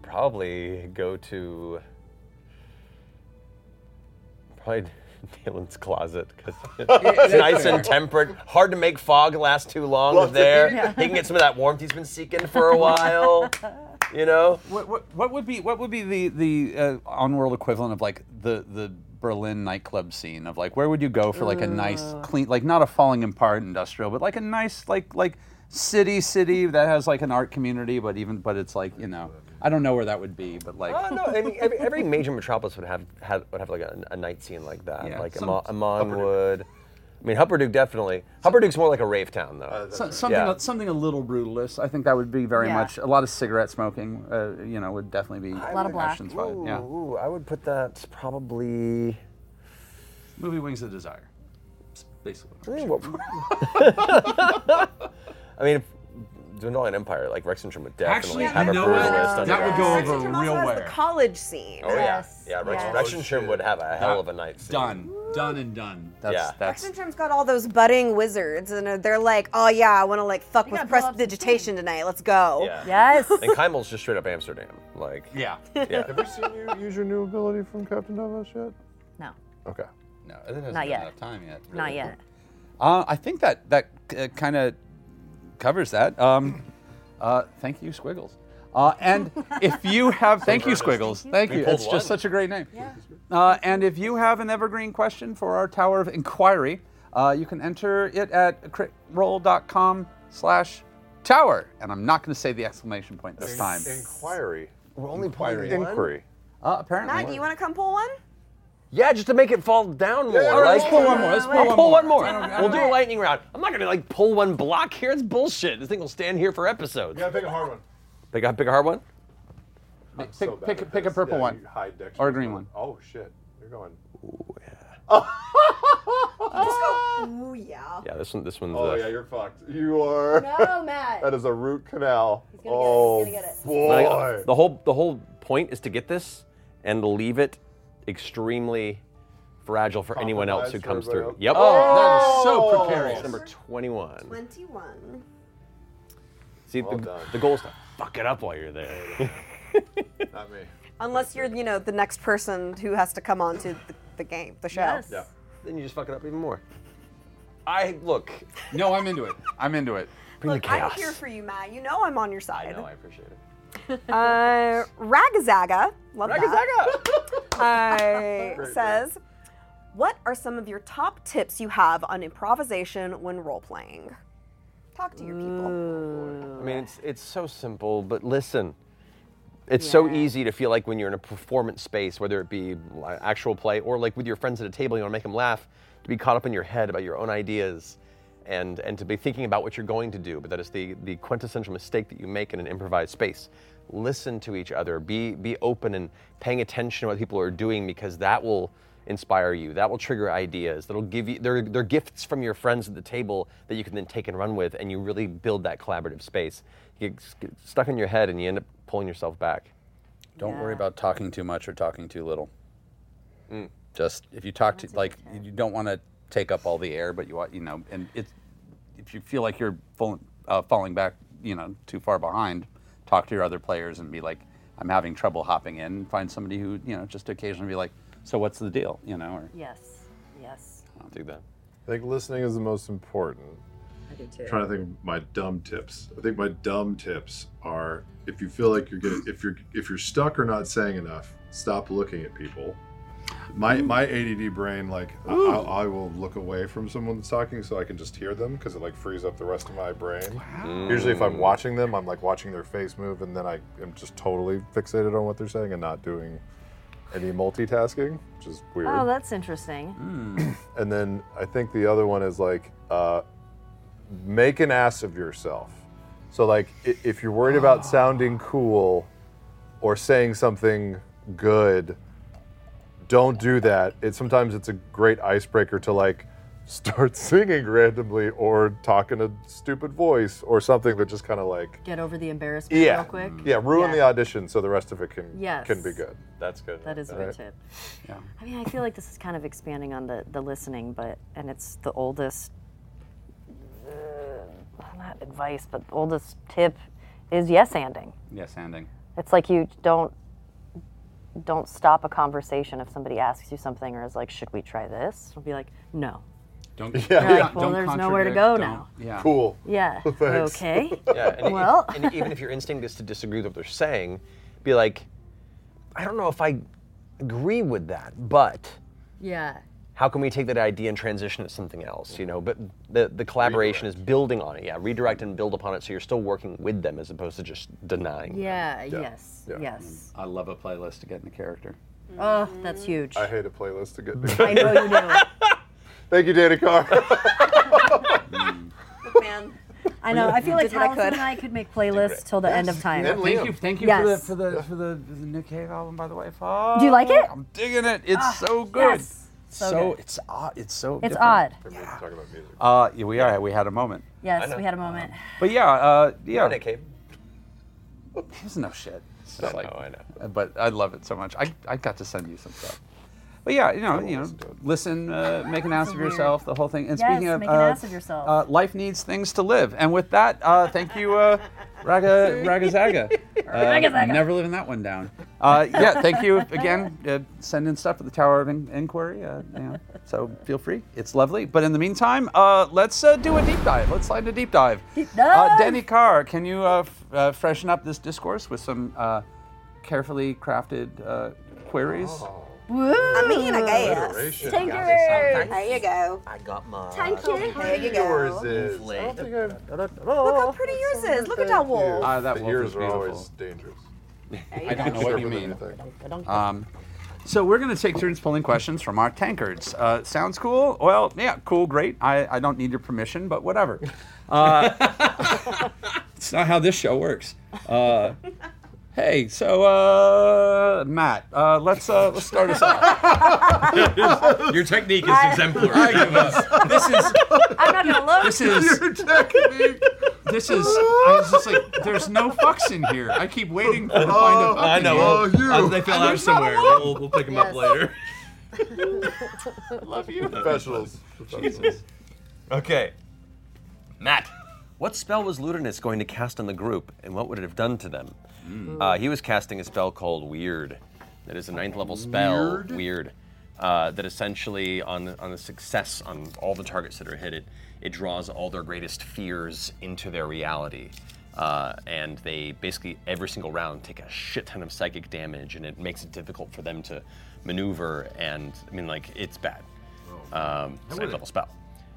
S4: probably go to probably Dylan's closet because it's
S9: that's
S4: nice
S9: fair.
S4: and temperate. Hard to make fog last too long
S9: Well,
S4: there.
S9: yeah.
S4: He can get some of that warmth he's been seeking for a while. You know.
S3: What, what, what would be what would be the the uh, on-world equivalent of like the the Berlin nightclub scene of like where would you go for like a nice clean like not a falling apart industrial but like a nice like like city city that has like an art community but even but it's like you know I don't know where that would be but like
S4: Oh, no, I mean, every, every major metropolis would have, have would have like a, a night scene like that,
S3: Yeah,
S4: like
S3: some-
S4: Amon, Amon would. I mean, Hupperduke definitely. Hupperduke's more like a rave town though.
S3: So- something
S4: Yeah.
S3: something a little brutalist I think that would be very
S4: Yeah.
S3: much a lot of cigarette smoking uh, you know would definitely be a
S4: lot of black.
S3: vibe. yeah
S4: Ooh, I would put that probably.
S3: movie Wings of Desire basically
S4: I mean, if- Dwindling Empire, like Rexentrum would
S3: Actually,
S4: definitely have
S3: you
S4: a
S3: know
S4: brutalist.
S3: what?
S4: on
S3: That
S4: the
S3: would go
S4: ground.
S3: over
S7: Tim also
S3: real
S7: has
S3: well.
S7: the college scene.
S4: Oh yeah, yeah. Rex,
S7: yes.
S4: Rexentrum would have a hell of a night scene.
S3: Done, done, and done. That's
S4: yeah.
S7: Rexentrum's got all those budding wizards, and uh, they're like, "Oh yeah, I want to like fuck with prestidigitation tonight. Let's go."
S8: Yes.
S4: And Keimel's just straight up Amsterdam, like.
S3: Yeah.
S4: Yeah.
S6: Have you seen you use your new ability from Captain Novos yet?
S8: No.
S6: Okay.
S3: No, it hasn't
S8: Not
S3: been
S8: yet.
S3: enough time yet. really.
S8: Not yet.
S3: Uh, I think that that uh, kind of covers that. Um, uh, thank you, Squiggles. Uh, and if you have, thank you, Squiggles. Thank
S4: We
S3: you.
S4: pulled
S3: It's
S4: one.
S3: just such a great name. Uh, and if you have an evergreen question for our Tower of Inquiry, uh, you can enter it at critroll.com slash tower. And I'm not going to say the exclamation point this time. Uh,
S6: Inquiry.
S4: We're only playing
S6: Inquiry.
S7: Matt, do you want to come pull one?
S4: Yeah, just to make it fall down more.
S3: all right, let's
S4: like-
S3: pull one more, let's pull
S4: I'll
S3: one
S4: pull
S3: more.
S4: one more.
S3: I don't- I don't-
S4: We'll do a lightning round. I'm not gonna like pull one block here. It's bullshit. This thing will stand here for episodes.
S6: Yeah, pick a hard one.
S4: Pick a pick a hard one.
S3: Pick,
S6: so bad
S3: pick,
S6: at
S3: pick a
S6: this.
S3: purple
S6: Yeah,
S3: one.
S6: you hide dexterity.
S3: Or a green one.
S6: Oh shit, you're going.
S7: Ooh, yeah.
S4: Yeah, this one. This one's.
S6: Oh
S4: uh,
S6: yeah, you're fucked. You are.
S7: No, Matt.
S6: that is a root canal.
S7: gonna get it,
S6: oh
S7: he's gonna get it.
S4: Like, uh,
S6: boy.
S4: the whole the whole point is to get this and leave it extremely fragile for anyone else who comes
S6: Compromised for
S4: through.
S6: everybody
S4: Yep.
S3: Oh, that is so
S6: Oh.
S3: precarious.
S4: Number 21.
S7: 21.
S4: See,
S6: Well
S4: the,
S6: done.
S4: the goal is to fuck it up while you're there.
S6: Not me.
S7: Unless you're, you know, the next person who has to come on to the, the game, the show.
S8: Yes.
S6: Yeah.
S4: then you just fuck it up even more. I look.
S3: No, I'm into it. I'm into it.
S4: Bring
S7: Look,
S4: the
S7: I'm
S4: chaos.
S7: here for you, Matt. You know I'm on your
S4: I
S7: side.
S4: know. I appreciate it.
S7: Uh, Ragazaga, love
S4: Ragazaga!
S7: that, uh, says, what are some of your top tips you have on improvisation when role-playing? Talk to your people.
S4: I mean, it's it's so simple, but listen, it's so easy to feel like when you're in a performance space, whether it be li- actual play or like with your friends at a table, you want to make them laugh, to be caught up in your head about your own ideas, and and to be thinking about what you're going to do. But that is the the quintessential mistake that you make in an improvised space. Listen to each other. Be be open and paying attention to what people are doing because that will inspire you. That will trigger ideas. That'll give you they're, they're gifts from your friends at the table that you can then take and run with, and you really build that collaborative space. You get s- get stuck in your head, and you end up pulling yourself back.
S3: Don't worry about talking too much or talking too little.
S4: Mm.
S3: Just if you talk to like you don't want to take up all the air, but you want you know, and it's if you feel like you're full, uh, falling back, you know, too far behind, talk to your other players and be like, I'm having trouble hopping in. Find somebody who you know just occasionally be like, so what's the deal, you know, or
S8: Yes. Yes.
S6: Oh,
S4: Do that.
S6: I think listening is the most important. I do too. trying to think of my dumb tips. I think my dumb tips are if you feel like you're getting if you're if you're stuck or not saying enough, stop looking at people. My my ADD brain like I, I, I will look away from someone that's talking so I can just hear them because it like frees up the rest of my brain. Usually if I'm watching them, I'm like watching their face move and then I am just totally fixated on what they're saying and not doing any multitasking, which is weird
S8: Oh, that's interesting.
S4: Hmm.
S6: Mm. and then I think the other one is like uh, make an ass of yourself. So like i- if you're worried
S8: Ah.
S6: about sounding cool or saying something good, don't do that. It sometimes it's a great icebreaker to like start singing randomly or talk in a stupid voice or something that just kind of like
S8: Get over the embarrassment
S6: yeah
S8: real quick.
S6: yeah ruin
S8: Yeah.
S6: the audition so the rest of it can
S8: Yes.
S6: can be good.
S4: That's good.
S8: That is a good
S6: Right.
S8: tip. I mean, I feel like this is kind of expanding on the, the listening, but and it's the oldest, uh, not advice, but the oldest tip is yes anding.
S3: yes, ending.
S8: It's like you don't don't stop a conversation if somebody asks you something or is like, should we try this? I'll be like, no.
S3: Don't
S6: Yeah.
S8: Like, well, there's nowhere to go
S3: contradict,
S8: now.
S3: don't- Yeah.
S6: Cool.
S8: Yeah.
S6: Thanks.
S8: Okay.
S4: Yeah, and,
S8: Well-
S4: if, and e-, even if your instinct is to disagree with what they're saying, be like, I don't know if I agree with that, but
S8: Yeah.
S4: how can we take that idea and transition it to something else? You know, but the, the collaboration is building on it. Yeah, redirect and build upon it, so you're still working with them as opposed to just denying.
S8: Yeah. Yes.
S6: Yeah. Mm-hmm.
S8: Yes.
S3: I love a playlist to get in the character.
S8: Oh, that's huge.
S6: I
S8: I,
S6: hate a playlist to get.
S8: know you do.
S6: Thank you, Dana Carr.
S7: Man.
S8: I know. I feel like
S7: Did what I
S8: Allison
S7: could.
S8: and I could make playlists till the end of time.
S3: Thank you, thank you
S8: Yes.
S3: for the for the for the, the Nick Cave album, by the way.
S8: Do you like it? Ah.
S3: I'm digging it. It's so good.
S8: yes.
S3: So,
S8: So
S3: it's odd. It's so.
S8: It's
S3: different.
S8: odd.
S3: Uh, yeah, we are. We had a moment.
S8: Yes, we had a moment.
S3: But yeah, uh, yeah.
S4: Nick Cave.
S3: There's no shit. It's
S4: I
S3: like-
S4: know, I know.
S3: uh, But I love it so much. I, I got to send you some stuff. But yeah, you know, you know, listen, uh, make an ass of yourself, the whole thing. And
S8: Yes,
S3: speaking of,
S8: make an
S3: uh,
S8: ass of yourself.
S3: uh, life needs things to live. And with that, uh, thank you, uh, Raga Ragazaga. Uh, never living that one down. Uh, yeah, thank you again. Uh, send in stuff at the Tower of In- Inquiry. Uh, you know, so feel free. It's lovely. But in the meantime, uh, let's uh, do a deep dive. Let's slide into deep dive. Deep
S8: dive!
S3: Uh, Danny Carr, can you uh, f- uh, freshen up this discourse with some uh, carefully crafted uh, queries?
S7: I mean, I guess. There you go.
S4: I got my.
S7: There you go. Look how pretty yours is. Look at that wolf.
S4: Uh,
S3: Ah, that
S6: the
S3: wolf
S6: ears
S3: is
S6: are always
S3: beautiful.
S6: dangerous.
S3: I don't know what you mean.
S6: Anything.
S3: Um, So we're going to take turns pulling questions from our tankards. Uh, sounds cool? Well, yeah, cool, great. I, I don't need your permission, but whatever. Uh, it's not how this show works. Uh, hey, so uh, Matt, uh, let's uh, let's start us off.
S10: Your technique is exemplary. Give us-
S3: This is
S5: I'm not gonna look.
S3: This is This is. I was just like, there's no fucks in here. I keep waiting to find a
S4: Oh,
S3: fuck.
S10: I
S3: in
S10: know.
S3: here.
S10: well, uh, they fell out
S3: There's not
S10: somewhere.
S3: a lot.
S10: We'll, we'll pick them up
S3: Yes.
S10: later.
S3: Love you.
S9: Professionals.
S3: Jesus.
S4: Okay. Matt. What spell was Ludinus going to cast on the group, and what would it have done to them?
S7: Mm.
S4: Uh, he was casting a spell called Weird. That is a ninth level spell.
S10: Weird?
S4: Weird. Uh, that essentially, on the, on the success on all the targets that are hit, it, it draws all their greatest fears into their reality. Uh, and they basically, every single round, take a shit ton of psychic damage, and it makes it difficult for them to maneuver. And, I mean, like, it's bad. Um, it's a
S6: would
S4: ninth
S6: it?
S4: level spell.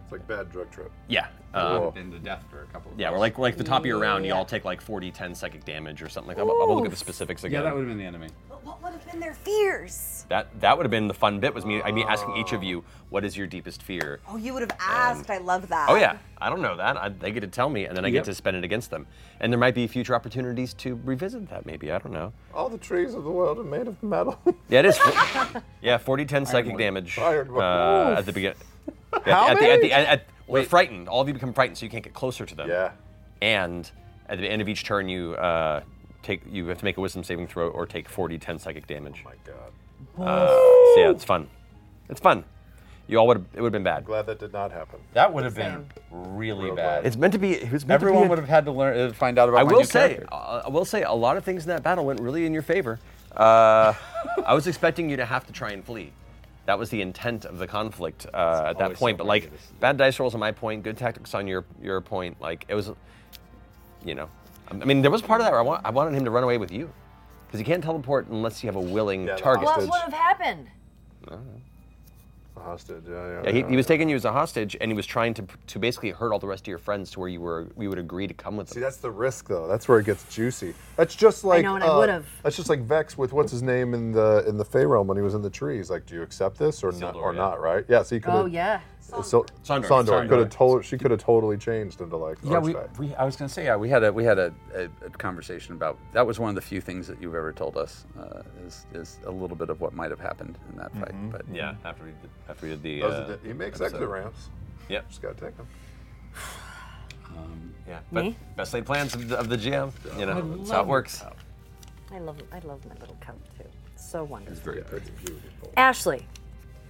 S6: It's like bad drug trip.
S4: Yeah.
S3: I've
S4: um,
S3: been to death for a couple of
S4: yeah, we're
S3: times.
S4: like we're like the top of your round, you all take like 40, 10 psychic damage or something like that. I'll, I'll look at the specifics again.
S3: Yeah, that would have been the enemy.
S7: But what would have been their fears?
S4: That that would have been the fun bit was me I mean asking each of you what is your deepest fear.
S7: Oh, you would have asked. I love that.
S4: Oh yeah, I don't know that. I, they get to tell me, and then I
S3: Yep.
S4: get to spend it against them. And there might be future opportunities to revisit that. Maybe I don't know.
S9: All the trees of the world are made of metal.
S4: Yeah, it is. yeah, 40, 10 psychic damage
S9: Ironwood.
S4: uh, at
S9: Oof.
S4: the beginning.
S9: How
S4: at the, at
S9: many?
S4: the, at, at, well, they're frightened. All of you become frightened, so you can't get closer to them.
S9: Yeah.
S4: And at the end of each turn, you uh, take you have to make a wisdom saving throw or take 40, 10 psychic damage. Oh my god. Uh, so yeah, it's fun. It's fun. You all would have, it would have been bad.
S6: Glad that did not happen.
S3: That would have been really bad.
S4: It's meant to be. It was meant
S3: Everyone
S4: to be a-
S3: would have had to learn, uh, find out about.
S4: I
S3: my
S4: will
S3: new
S4: say,
S3: character.
S4: uh, I will say, a lot of things in that battle went really in your favor. Uh, I was expecting you to have to try and flee. That was the intent of the conflict uh, at that
S10: always
S4: point.
S10: so
S4: but like, bad dice rolls on my point, good tactics on your your point. Like it was, you know, I mean, there was part of that where I, want, I wanted him to run away with you, because you can't teleport unless you have a willing
S6: Yeah, the
S4: target.
S8: What would have happened?
S6: A hostage. Yeah, yeah.
S4: Yeah, he, he was taking you as a hostage, and he was trying to to basically hurt all the rest of your friends to where you were we would agree to come with them.
S6: See, that's the risk, though. That's where it gets juicy. That's just like uh,
S8: know, and I would've.
S6: That's just like Vex with what's his name in the in the Fey realm when he was in the trees. Like, do you accept this or not? Or not? Right? Yeah. So he could.
S8: Oh yeah.
S6: So,
S4: Sondor.
S6: Sondor,
S4: Sondor.
S6: could have told. She could have totally changed into like.
S3: Yeah, we,
S6: Archfey.
S3: we. I was gonna say yeah. We had a we had a, a, a conversation about that was one of the few things that you've ever told us uh, is is a little bit of what might have happened in that fight. But
S4: Mm-hmm. Yeah, after we did, after we
S3: Oh,
S4: did the.
S6: Those
S4: uh,
S6: are the- he makes
S4: episode.
S6: exit ramps.
S4: Yep.
S6: Just gotta take them.
S4: Um, Yeah. But
S8: Me?
S4: best laid plans of the, of the GM. You
S8: I
S4: know, that's how
S8: love
S4: it works.
S8: I love I love my little cup too. It's so wonderful.
S3: very pretty.
S8: Ashley.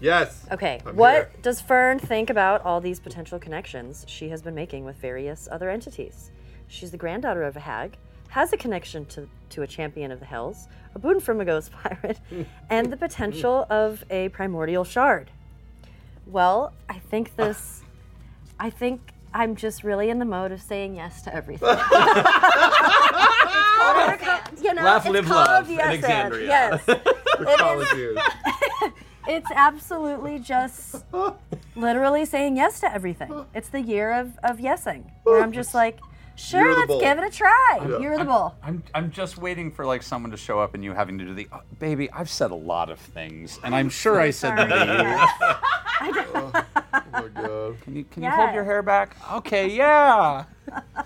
S9: Yes.
S8: Okay.
S9: I'm
S8: what
S9: here.
S8: does Fern think about all these potential connections she has been making with various other entities? She's the granddaughter of a hag, has a connection to, to a champion of the hells, a boon from a ghost pirate, and the potential of a primordial shard. Well, I think this. I think I'm just really in the mode of saying yes to everything. It's called- you know,
S10: Laugh,
S8: it's
S10: live,
S8: called
S10: love,
S8: yes and,
S10: Alexandria.
S8: Yes.
S9: We're college years.
S8: It's absolutely just literally saying yes to everything. It's the year of, of yesing, where I'm just like,
S9: You're the
S8: sure, let's
S9: bull."
S8: give it a try.
S9: Yeah.
S8: You're the bull.
S3: I'm, I'm just waiting for like someone to show up and you having to do the "Oh, baby. I've said a lot of things, and I'm sure I said them to you.
S9: Oh my god.
S3: Can you can you hold
S8: Yeah.
S3: your hair back? Okay, yeah.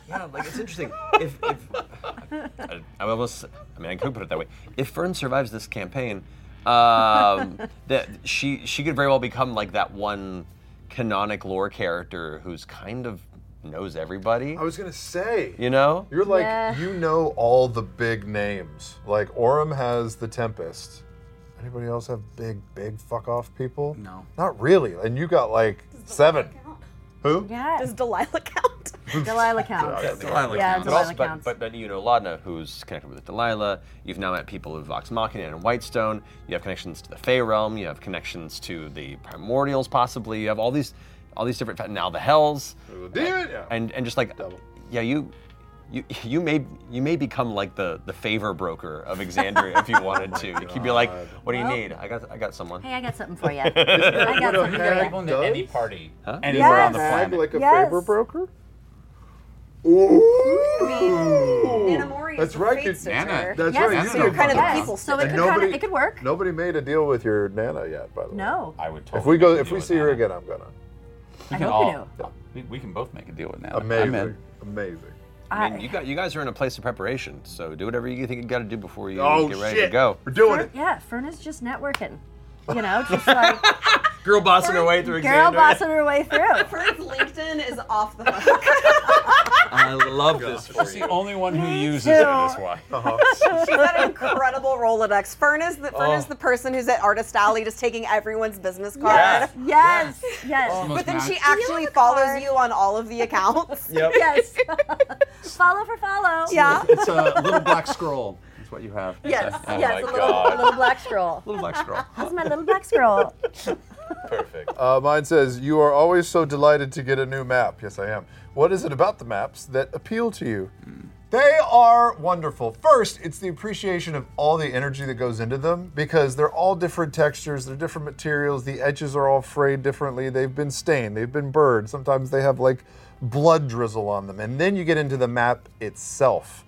S4: Yeah, like it's interesting. if, if I, I almost, I mean, I could put it that way. If Fern survives this campaign, um, that she she could very well become like that one canonic lore character who's kind of knows everybody.
S6: I was gonna say.
S4: You know.
S6: You're like
S8: Yeah.
S6: you know all the big names. Like Orem has the Tempest. Anybody else have big big fuck off people?
S3: No.
S6: Not really. And you got like seven. Who?
S8: Yeah,
S7: Does Delilah count?
S8: Delilah counts.
S3: Oh, Delilah
S8: Yeah,
S3: counts.
S4: But,
S8: Delilah
S4: also, but,
S8: counts.
S4: but, but you know Laudna, who's connected with Delilah. You've now met people with Vox Machina and Whitestone. You have connections to the Fey realm. You have connections to the Primordials, possibly. You have all these, all these different. fa- Now the Hells,
S6: Damn it!
S4: and and just like, yeah, you, you, you may you may become like the the favor broker of Exandria if you wanted
S8: Oh
S4: to. You could be like, what do you need? I got I got someone.
S8: Hey, I got something for you. I got something for you.
S3: People into any party, anywhere
S8: Yes.
S3: on the
S6: Act
S3: planet.
S6: like a
S8: Yes.
S6: favor broker?
S7: I mean, Nina Mori Nana
S6: That's
S7: is
S6: right.
S7: afraid
S6: you-
S7: to Nana.
S6: That's
S7: Yeah,
S6: right.
S7: so
S6: you
S7: you're
S6: did
S7: kind of the
S6: that.
S7: people
S8: So it
S6: And
S8: could
S6: nobody-
S8: kinda- it could work.
S6: Nobody made a deal with your nana yet, by the way.
S8: No.
S6: I would. If
S10: totally
S6: we go,
S10: make a
S6: if
S10: deal
S6: we
S10: with
S6: see her again, I'm gonna.
S8: I hope you do.
S4: We, we can both make a deal with that.
S6: Amazing. Amazing.
S4: I mean, you, got, you guys are in a place of preparation, so do whatever you think you got to do before you
S6: Oh,
S4: get ready to
S6: shit.
S4: go.
S6: We're doing
S8: Fern- yeah, Fern is just networking. You know, just like
S4: Girl bossing her way through
S8: girl
S4: Xander.
S8: bossing her way through.
S7: Fern's LinkedIn is off the hook.
S4: I love this.
S10: She's the only one who uses
S7: too.
S10: it. That's why.
S6: Uh-huh.
S7: She's got an incredible Rolodex. Fern is the, Fern
S10: Oh.
S7: is the person who's at Artist Alley just taking everyone's business card.
S8: Yes, yes, yes.
S4: Oh,
S7: But then she actually follows you on all of the accounts.
S4: Yep.
S8: Yes. follow for follow.
S7: Yeah.
S3: It's a little black scroll. That's what you have.
S8: Yes,
S3: Oh
S8: yes,
S3: my
S8: a little,
S3: God.
S8: a little black scroll.
S3: Little black scroll.
S8: That's my little black scroll.
S6: Uh, mine says, You are always so delighted to get a new map. Yes, I am. What is it about the maps that appeal to you? They are wonderful. First, it's the appreciation of all the energy that goes into them because they're all different textures, they're different materials, the edges are all frayed differently, they've been stained, they've been burned, sometimes they have like blood drizzle on them. And then you get into the map itself.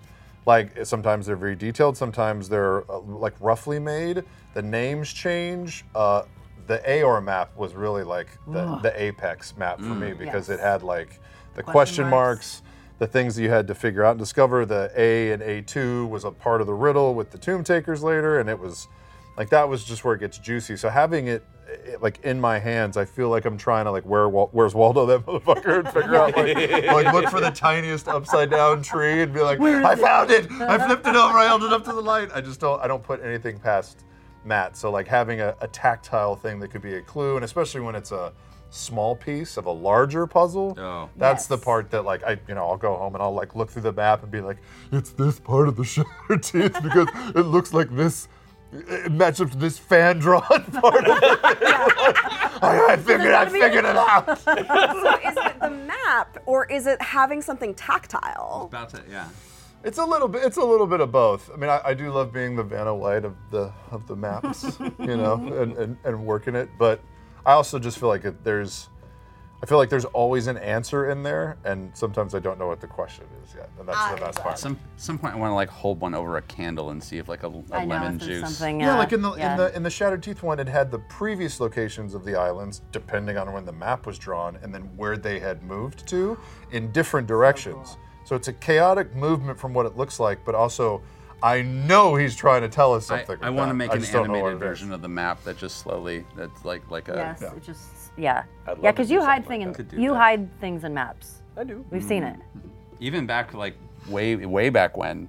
S6: Like sometimes they're very detailed, sometimes they're uh, like roughly made, the names change. Uh, the Aor map was really like the,
S9: Ugh.
S6: the apex map for me
S9: Mm.
S6: because
S9: Yes.
S6: it had like the
S9: Question
S6: question
S9: marks.
S6: marks, the things that you had to figure out and discover. The A and A2 was a part of the riddle with the Tomb Takers later, and it was like that was just where it gets juicy. So having it, it, like in my hands, I feel like I'm trying to like where Wal- where's Waldo that motherfucker and figure out like, like look for the tiniest upside down tree and be like
S9: Where is
S6: I
S9: it?"
S6: found it. I flipped it over. I held it up to the light. I just don't I don't put anything past Matt. So like having a, a tactile thing that could be a clue, and especially when it's a small piece of a larger puzzle. That's the part that like I you know I'll go home and I'll like look through the map and be like it's this part of the shattered teeth because it looks like this. It matched up to this fan drawn part. Of it. I, I figured, I figured it out.
S7: so is it the map or is it having something tactile?
S3: About to, yeah.
S6: It's a little bit. It's a little bit of both. I mean, I, I do love being the Vanna White of the of the maps, you know, and, and and working it. But I also just feel like it, there's, I feel like there's always an answer in there, and sometimes I don't know what the question is yet, and that's
S3: Ah,
S6: the best part.
S3: Some some point I want to like hold one over a candle and see if like a, a
S6: I know,
S3: lemon
S6: if
S3: juice.
S6: yeah, like in the, in the in the Shattered Teeth one, it had the previous locations of the islands, depending on when the map was drawn, and then where they had moved to, in different directions. So it's a chaotic movement from what it looks like, but also, I know he's trying to tell us
S3: I,
S6: something.
S3: I want to make an animated
S6: version.
S3: version of the map that just slowly that's like like a
S8: Yes, it just yeah.
S3: I'd love
S8: Yeah,
S3: to
S8: because
S3: do
S8: you hide
S3: something
S8: things
S3: like that. Could
S8: in
S3: do
S8: you
S3: that.
S8: hide things in maps. I do. We've seen it.
S3: even back like way way back when.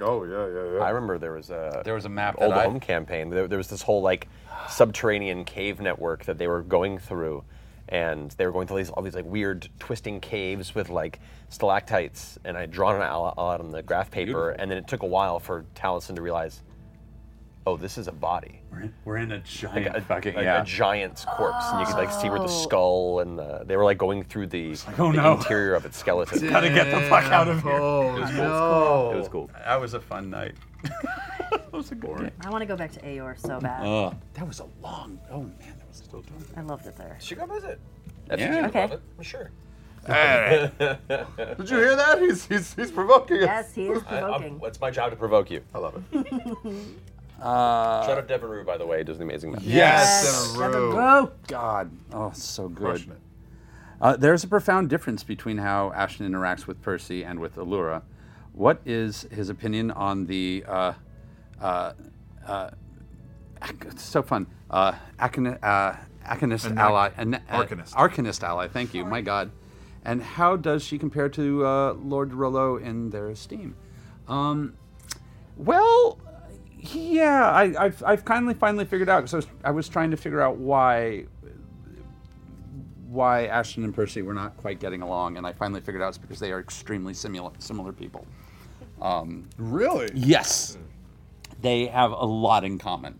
S6: Oh yeah, yeah, yeah.
S4: I remember there was a
S3: there was a map
S4: old
S3: that I-
S4: home campaign. There, there was this whole like subterranean cave network that they were going through, and they were going through these all these like weird twisting caves with like stalactites. And I had drawn it all, all out on the graph paper, and then it took a while for Taliesin to realize, oh, this is a body.
S3: We're in, we're in a giant
S4: a,
S3: fucking
S4: a- a
S3: yeah.
S4: giant's corpse, and you could like see where the
S3: Oh.
S4: skull and the, they were like going through the,
S3: oh,
S4: the
S3: no.
S4: interior of its skeleton.
S3: Gotta get the fuck out of here.
S6: Oh,
S4: It was cool.
S3: That was a fun night. that was a good day.
S8: I want to go back to Aor so bad.
S3: Oh, that was a long. Oh man, that was still time.
S8: I loved it there.
S4: Should go visit.
S3: That's- Yeah. you would love
S8: Okay.
S3: it,
S4: I'm sure.
S6: Did you hear that? He's he's, he's provoking us.
S8: Yes, he is provoking.
S4: It's my job to provoke you.
S6: I love it.
S3: Uh,
S4: Shout out Devin Rue, by the way, does an amazing match.
S3: Yes,
S9: Devereaux.
S3: Devereaux. God, oh, it's so good.
S9: Crushing it.
S3: Uh, there's a profound difference between how Ashton interacts with Percy and with Allura. What is his opinion on the? Uh, uh, uh, ac- it's so fun. Uh, Acon- uh, Aconist
S9: An-
S3: ally. An, uh,
S9: Arcanist.
S3: Arcanist ally. Thank you. My God. And how does she compare to uh, Lord Rollo in their esteem? Um, well, yeah, I, I've, I've kindly finally figured out because I was, I was trying to figure out why why Ashton and Percy were not quite getting along, and I finally figured out it's because they are extremely similar similar people. Um,
S9: Really?
S3: Yes, they have a lot in common.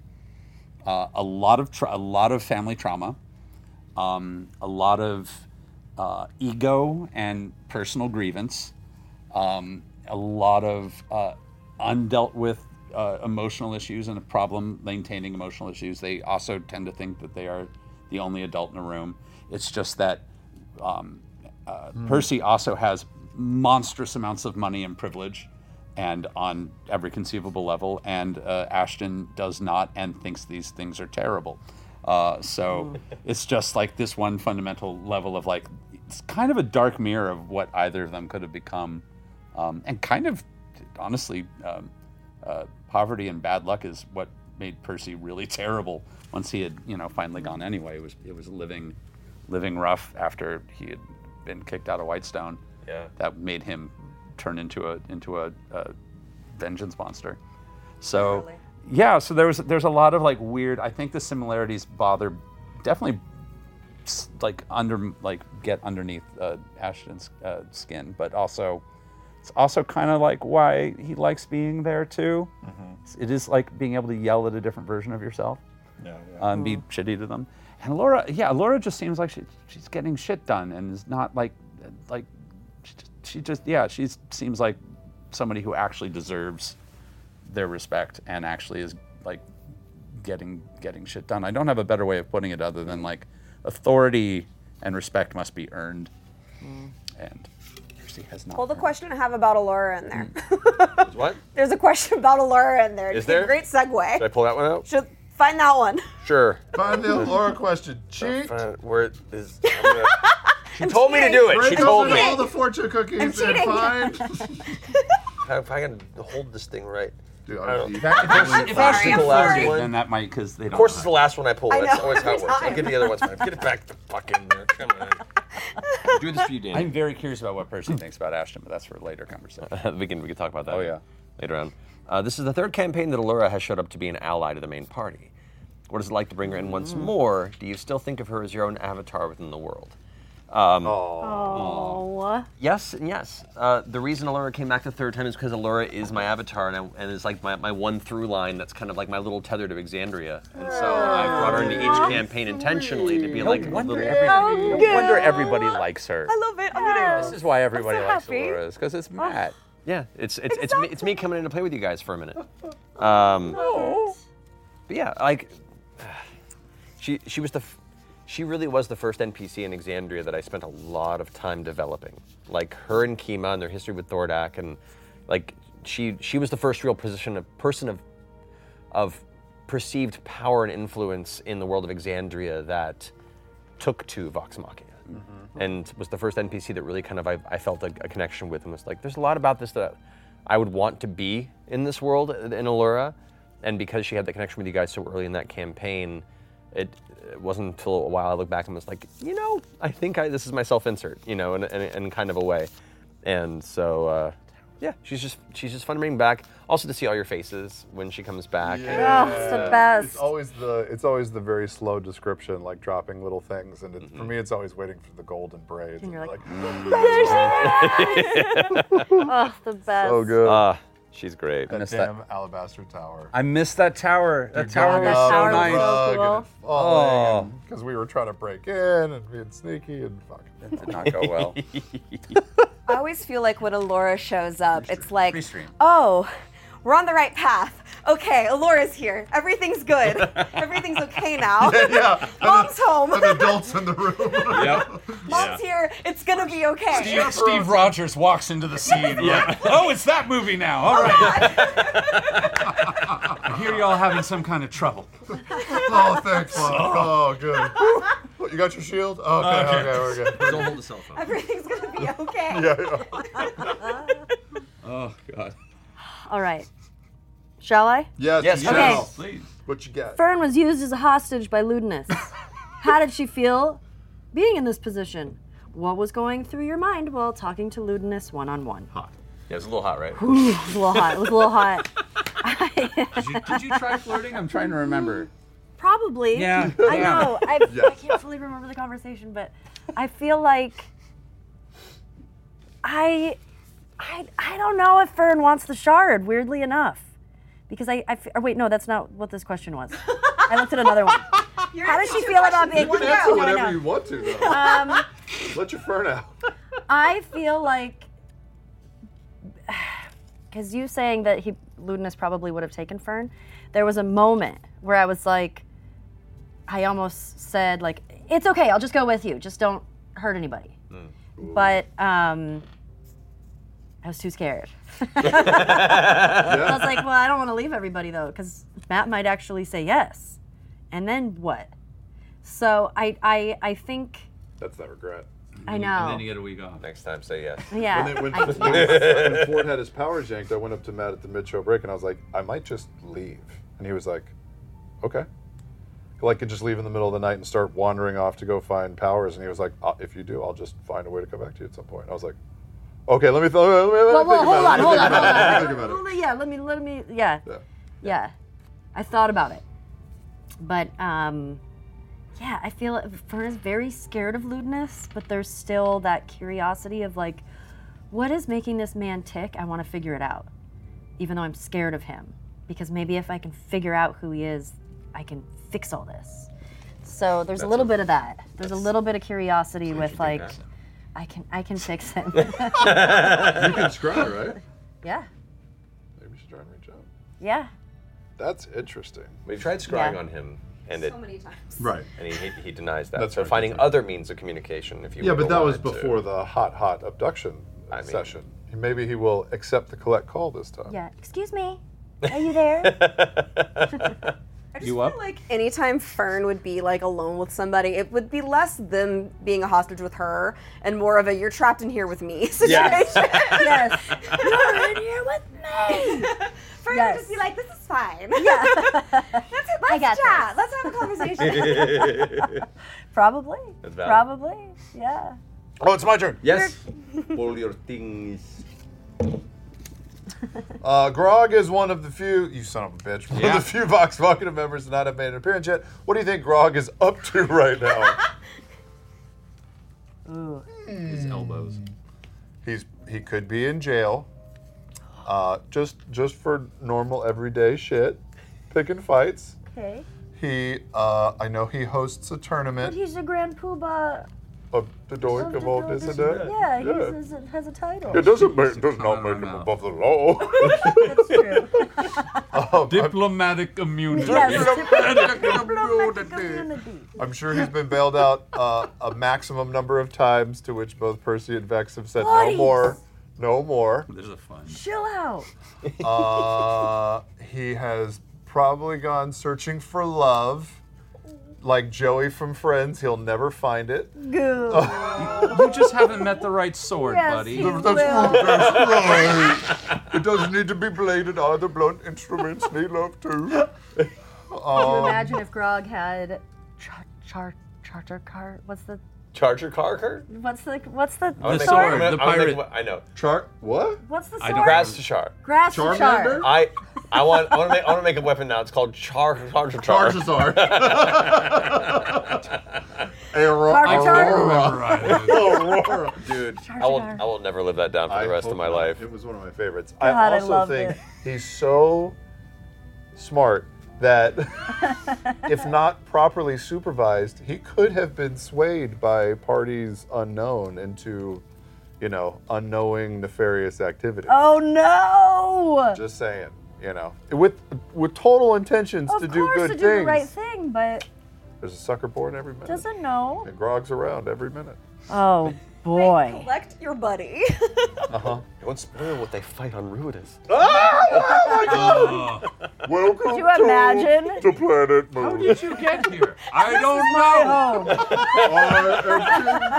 S3: Uh, a lot of tra- a lot of family trauma, um, a lot of uh, ego and personal grievance, um, a lot of uh, undealt with uh, emotional issues and a problem maintaining emotional issues. They also tend to think that they are the only adult in the room. It's just that um, uh,
S9: Hmm.
S3: Percy also has monstrous amounts of money and privilege and on every conceivable level. And uh, Ashton does not and thinks these things are terrible. Uh, so it's just like this one fundamental level of like, it's kind of a dark mirror of what either of them could have become. Um, and kind of, honestly, um, uh, poverty and bad luck is what made Percy really terrible once he had, you know, finally gone anyway. It was, it was living, living rough after he had been kicked out of Whitestone.
S4: Yeah.
S3: That made him turn into a into a, a vengeance monster. So yeah, so there was there's a lot of like weird. I think the similarities bother, definitely, s- like under like get underneath uh, Ashton's uh, skin, but also it's also kind of like why he likes being there too.
S9: Mm-hmm.
S3: It is like being able to yell at a different version of yourself
S9: Yeah,
S3: uh, and be shitty to them. And Laura, yeah, Laura just seems like she, she's getting shit done and is not like, like, she just, she just yeah, she seems like somebody who actually deserves their respect and actually is like getting getting shit done. I don't have a better way of putting it other than like authority and respect must be earned, and Percy has not.
S7: Well, the question I have about Allura in there.
S4: Hmm. What?
S7: There's a question about Allura in there.
S4: Is
S7: It'd be a
S4: there?
S7: Great segue.
S4: Should I pull that one out?
S7: Should find that one.
S4: Sure.
S6: Find the Laura question. Cheat.
S4: Where it is- I'm gonna- she told me to do it. She
S6: Break
S4: told
S6: open
S4: me.
S6: all the fortune cookies
S9: I'm
S6: and
S9: cheating.
S6: find.
S4: If I can hold this thing right. I don't-
S3: If Ashton's
S4: Of course- Of course, it's the last one.
S3: then that might because they don't.
S4: Of course, it's the last one I pull.
S3: I
S4: That's
S3: know,
S4: always how it
S3: every
S4: works. I'll
S3: time.
S4: give you the other ones. fine. Get it back the fuck in there. Come on.
S3: Do this for you, Dan. I'm very curious about what Percy thinks about Ashton, but that's for a later conversation.
S4: we can we can talk about that. Oh yeah, later on. Uh, this is the third campaign that Allura has showed up to be an ally to the main party. What is it like to bring her in once more? Do you still think of her as your own avatar within the world? Um, mm.
S8: Oh.
S4: Yes and yes. Uh, the reason Allura came back the third time is because Allura is my avatar and, I, and it's like my, my one through line that's kind of like my little tether to Exandria. And so I brought her into
S9: Aw,
S4: each campaign intentionally to be
S9: No
S4: like a
S9: wonder
S4: little.
S9: everybody-
S4: no
S9: Oh,
S4: wonder
S9: God.
S4: everybody likes her.
S9: I love it. I'm gonna.
S4: This is why everybody
S9: Oh, I'm so
S4: likes
S9: happy. Oh.
S4: Allura, because it's Matt. Yeah, it's it's, it's, me, it's me coming in to play with you guys for a minute. Um, But yeah, like she she was the f- she really was the first NPC in Exandria that I spent a lot of time developing. Like her and Kima and their history with Thordak and like she she was the first real position of person of of perceived power and influence in the world of Exandria that took to Vox Machina. And was the first NPC that really kind of I, I felt a, a connection with and was like, there's a lot about this that I would want to be in this world in Allura. And because she had that connection with you guys so early in that campaign, it, it wasn't until a while I looked back and was like, you know, I think I, this is my self insert, you know, in, in, in kind of a way. And so, uh, yeah, she's just she's just fun to bring back. Also to see all your faces when she comes back.
S6: It's always the it's always the very slow description, like dropping little things, and it,
S4: Mm-hmm.
S6: for me, it's always waiting for the golden braids. And you're like,
S8: oh, the best.
S6: so good.
S4: Ah, she's great.
S6: That
S3: missed that.
S6: damn alabaster tower.
S3: I missed that tower. That
S6: You're Oh,
S3: tower
S6: going
S3: was
S6: up
S3: so
S6: the
S3: nice.
S6: rug and it's falling,
S3: Oh.
S6: and- 'cause we were trying to break in and being sneaky and fuck. That
S3: did not go well.
S7: I always feel like when Allura shows up, it's like,
S3: Restream.
S7: oh, we're on the right path. Okay, Allure's here. Everything's good. Everything's okay now.
S9: Yeah, yeah.
S7: Mom's home.
S6: adults in the room.
S3: yep.
S7: Mom's here. It's gonna be okay.
S3: Steve, Steve Rogers walks into the scene. yeah. Oh, it's that movie now. All right. I hear y'all having some kind of trouble.
S6: oh, thanks, Mom. Oh, good. What, you got your shield? Uh, Okay, okay, we're good.
S4: Don't hold the cell phone.
S7: Everything's gonna be okay.
S6: Yeah,
S3: Oh God.
S8: All right. Shall I?
S6: Yes,
S8: Yes,
S6: you
S8: okay.
S6: shall. What you got?
S8: Fern was used as a hostage by Ludinus. How did she feel being in this position? What was going through your mind while talking to Ludinus one on one? Hot.
S4: Yeah, it's a little hot, right?
S8: Ooh, it was a little hot. It was a little hot.
S3: Did you, did you try flirting? I'm trying to remember.
S8: Probably.
S3: Yeah.
S8: I
S3: Yeah.
S8: know. I,
S3: Yeah.
S8: I can't fully remember the conversation, but I feel like I, I, I don't know if Fern wants the shard. Weirdly enough, because I, I f- or wait, no, that's not what this question was. I looked at another one. How does she feel about being?
S6: You can answer
S8: No, no,
S6: whatever
S8: no.
S6: you want to, though.
S8: Um,
S6: Let your fern out.
S8: I feel like, because you saying that he Ludinus probably would have taken Fern, there was a moment where I was like, I almost said like, it's okay, I'll just go with you, just don't hurt anybody. But um, I was too scared. I was like, well, I don't want to leave everybody though, because Matt might actually say yes, and then what? So I, I, I think
S6: That's that regret.
S8: I know.
S10: And then you get a week off.
S4: Next time, say yes.
S8: Yeah,
S6: When, they, when,
S8: I
S6: when,
S8: guess.
S6: when Ford had his powers yanked, I went up to Matt at the mid-show break and I was like, I might just leave, and he was like, Okay. Like, could just leave in the middle of the night and start wandering off to go find powers, and he was like, "Uh, If you do, I'll just find a way to come back to you at some point. I was like, Okay, let me. Th- let me, let me
S8: Well, well,
S6: think
S8: hold
S6: about
S8: on,
S6: it.
S8: hold
S6: Let
S8: on,
S6: me think about it. Let
S8: hold on.
S6: me think about it.
S8: Well, yeah, let me, let me, yeah.
S6: Yeah.
S8: Yeah. I thought about it. But, um, yeah, I feel Fern is very scared of lewdness, but there's still that curiosity of like, what is making this man tick? I want to figure it out, even though I'm scared of him. Because maybe if I can figure out who he is, I can fix all this. So there's a
S5: That's
S8: little
S5: a-
S8: bit of that. There's a little bit of curiosity with like,
S6: passive.
S8: I can I can fix him.
S6: you can scry, right?
S8: Yeah,
S6: Maybe we should try and reach out.
S8: yeah.
S6: That's interesting.
S4: We tried scrying
S8: Yeah.
S4: on him, and it,
S7: many times.
S6: Right.
S4: and he, he, he denies that.
S6: That's
S4: so
S6: right,
S4: finding other means of communication, if you
S6: yeah, but
S4: would
S6: that was
S4: allow it to-
S6: before the hot, hot abduction session. Maybe he will accept the collect call this time.
S8: Yeah. Excuse me. Are you there?
S6: you up?
S7: Like anytime Fern would be like alone with somebody, it would be less them being a hostage with her and more of a "you're trapped in here with me" situation.
S9: Yes.
S7: yes,
S9: You're
S7: in here with me. Fern would just be like, "This is fine.
S8: Yeah.
S7: let's let's chat. Let's have a conversation."
S8: Probably.
S4: That's valid.
S8: Probably. Yeah.
S6: Oh, it's my turn.
S4: Yes. All your things.
S6: Uh, Grog is one of the few, you son of a bitch, one
S9: Yeah.
S6: of the few Vox Machina members that not have made an appearance yet. What do you think Grog is up to right now?
S8: Ooh.
S10: His elbows.
S6: He's he could be in jail, uh, just just for normal everyday shit, picking fights.
S8: Okay.
S6: He, uh, I know he hosts a
S8: But
S6: tournament
S8: he's a grand poobah.
S6: of the Doik of all this and that.
S8: Yeah, he has, has a title.
S6: It doesn't make, does not make him above the law. Um,
S10: Diplomatic immunity.
S6: I'm sure he's been bailed out uh, a maximum number of times, to which both Percy and Vex have said no
S8: Nice.
S6: more, no more.
S10: There's a fun.
S8: Chill out.
S6: Uh, he has probably gone searching for love, like Joey from Friends. He'll never find it.
S8: Goo.
S10: You just haven't met the right sword,
S6: Yes,
S10: buddy.
S6: he That's- will. that's It doesn't need to be bladed either. Blunt instruments need love too.
S8: Can you
S6: Um,
S8: imagine if Grog had char char charter car? What's the
S4: Charger Carker?
S8: what's the what's the
S4: I wanna make- I
S8: sword?
S4: wanna-
S10: the
S4: I wanna make-
S10: pirate.
S4: I know.
S6: Char what?
S8: What's the
S4: I
S8: sword?
S4: don't Grass to char.
S8: Grass to char.
S4: I I want I want to make I want to make a weapon now. It's called char char char.
S6: Charizard. Aurora. Dude,
S4: I will I will never live that down for the rest of my life.
S6: It was one of my favorites.
S4: God,
S6: I
S4: I
S6: also
S4: loved
S6: think
S4: it.
S6: he's so smart that if not properly supervised, he could have been swayed by parties unknown into, you know, unknowing nefarious activity.
S8: Oh no!
S6: Just saying, you know, with with total intentions
S8: of
S6: to do
S8: course
S6: good
S8: to do
S6: things.
S8: the right thing, but
S6: There's a sucker born every minute.
S8: doesn't know.
S6: And Grog's around every minute.
S8: Oh boy.
S7: Collect your buddy.
S6: Uh huh.
S4: Don't spoil what they fight on Ruidus.
S6: oh my god! Welcome
S8: Could you imagine?
S6: to Planet Moon.
S10: How did you get here? I
S8: This
S10: don't
S8: is
S10: know.
S8: my home.
S6: I am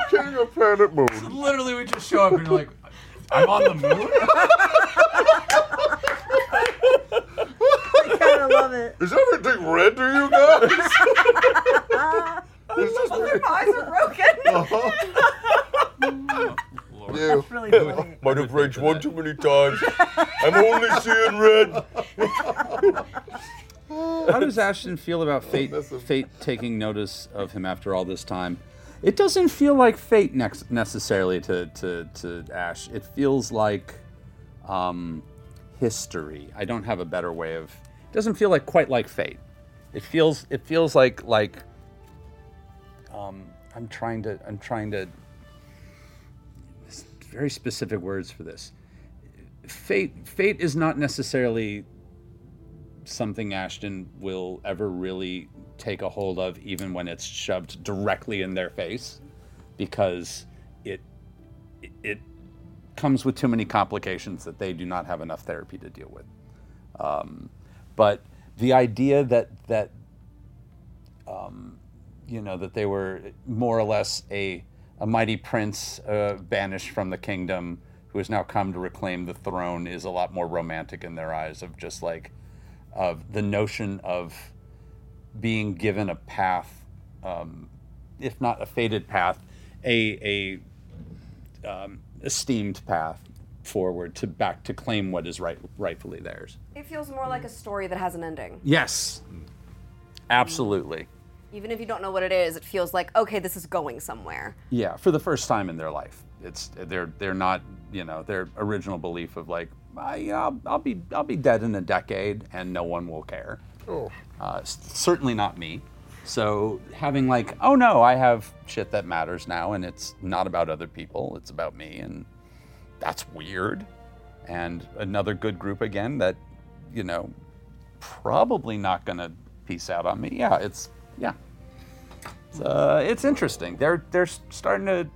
S6: king, king of Planet Moon.
S10: Literally, we just show up and you're like, I'm on the moon.
S8: I kind of love it.
S6: Is everything red to you guys? Is this Uh-huh.
S7: Your eyes are broken.
S10: Oh,
S6: you?
S8: Really funny.
S6: Might have raged one too many times. I'm only seeing red.
S3: How does Ashton feel about fate fate taking notice of him after all this time? It doesn't feel like fate nex- necessarily to, to, to Ash. It feels like um, history. I don't have a better way of. It doesn't feel like quite like fate. It feels it feels like like um, I'm trying to I'm trying to there's very specific words for this. Fate fate is not necessarily something Ashton will ever really take a hold of, even when it's shoved directly in their face, because it it comes with too many complications that they do not have enough therapy to deal with. Um, but the idea that that um, you know that they were more or less a a mighty prince uh, banished from the kingdom who has now come to reclaim the throne is a lot more romantic in their eyes of just like of the notion of being given a path um, if not a faded path a a um, esteemed path forward to back to claim what is right rightfully theirs
S7: It feels more like a story that has an ending.
S3: yes absolutely
S7: Even if you don't know what it is, it feels like, okay, this is going somewhere.
S3: Yeah, for the first time in their life, it's they're they're not you know their original belief of like I, I'll, I'll be I'll be dead in a decade and no one will care.
S9: Oh.
S3: Uh, s- certainly not me. So having like oh no, I have shit that matters now, and it's not about other people, it's about me, and that's weird. And another good group again that you know probably not gonna peace out on me. Yeah, it's yeah. It's, uh, it's interesting. They're they're s- starting to.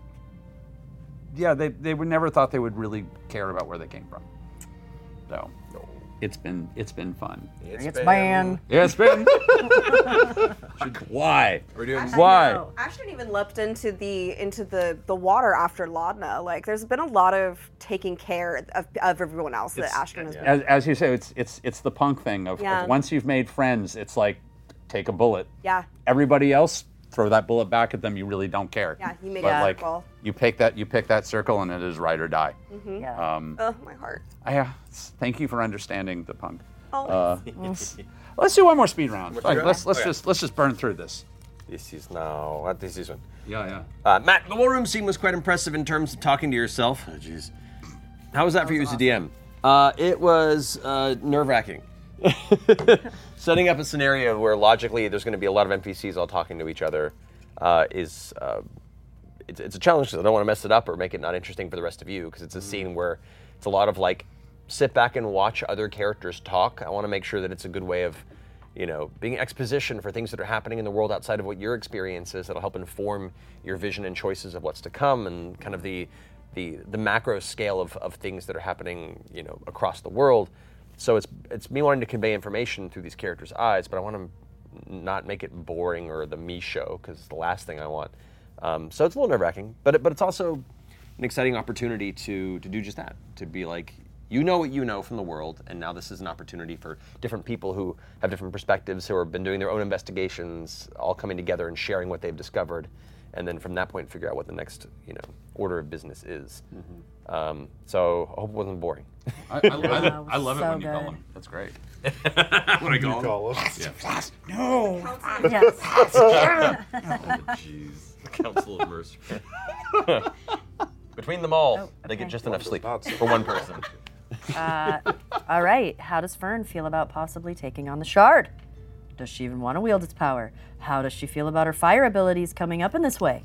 S3: Yeah, they they would never thought they would really care about where they came from. So, it's been it's been fun.
S11: It's been.
S3: It's been. Why?
S10: We're
S3: doing
S7: I
S3: why?
S7: don't know. Ash didn't even leapt into the into the the water after Laudna. Like, there's been a lot of taking care of, of everyone else that
S3: It's-
S7: Ashton has been.
S3: As, as you say, it's it's it's the punk thing of, of
S7: Yeah.
S3: once you've made friends, it's like take a bullet.
S7: Yeah.
S3: Everybody else throw that bullet back at them. You really don't care.
S7: Yeah, you make
S3: but
S7: a
S3: like
S7: circle.
S3: you pick that you pick that circle and it is ride or die.
S7: Mm-hmm.
S3: Um,
S7: oh, my heart.
S3: I, uh, s- thank you for understanding the punk.
S7: Always.
S3: s- let's do one more speed round. Oh,
S10: What's
S3: Like,
S10: your-
S3: let's let's
S10: Okay.
S3: just let's just burn through this.
S10: This is now what this is one.
S3: Yeah, yeah.
S10: Uh, Matt, the war room scene was quite impressive in terms of talking to yourself. Oh, jeez. How was that, for you as a DM? Uh, it was uh, nerve wracking.
S4: setting up a scenario where logically there's going to be a lot of NPCs all talking to each other uh, is uh, it's, it's a challenge. 'cause I don't want to mess it up or make it not interesting for the rest of you because it's a scene where it's a lot of like sit back and watch other characters talk. I want to make sure that it's a good way of you know being exposition for things that are happening in the world outside of what your experience is that'll help inform your vision and choices of what's to come and kind of the the, the macro scale of, of things that are happening you know across the world so it's it's me wanting to convey information through these characters' eyes, but I want to not make it boring or the me show because it's the last thing I want. Um, so it's a little nerve wracking, but it, but it's also an exciting opportunity to to do just that. To be like, you know what you know from the world, and now this is an opportunity for different people who have different perspectives, who have been doing their own investigations, all coming together and sharing what they've discovered, and then from that point figure out what the next you know order of business is. Um, so I hope it wasn't boring.
S3: I, I, I, I love it when you call them. That's great.
S10: when I call,
S6: him.
S10: Yeah.
S3: No.
S10: Yes.
S4: Oh,
S10: jeez. Council of Mercy.
S4: Between them all, they
S8: okay.
S4: get just enough sleep for one person.
S8: Uh, all right. How does Fern feel about possibly taking on the shard? Does she even want to wield its power? How does she feel about her fire abilities coming up in this way?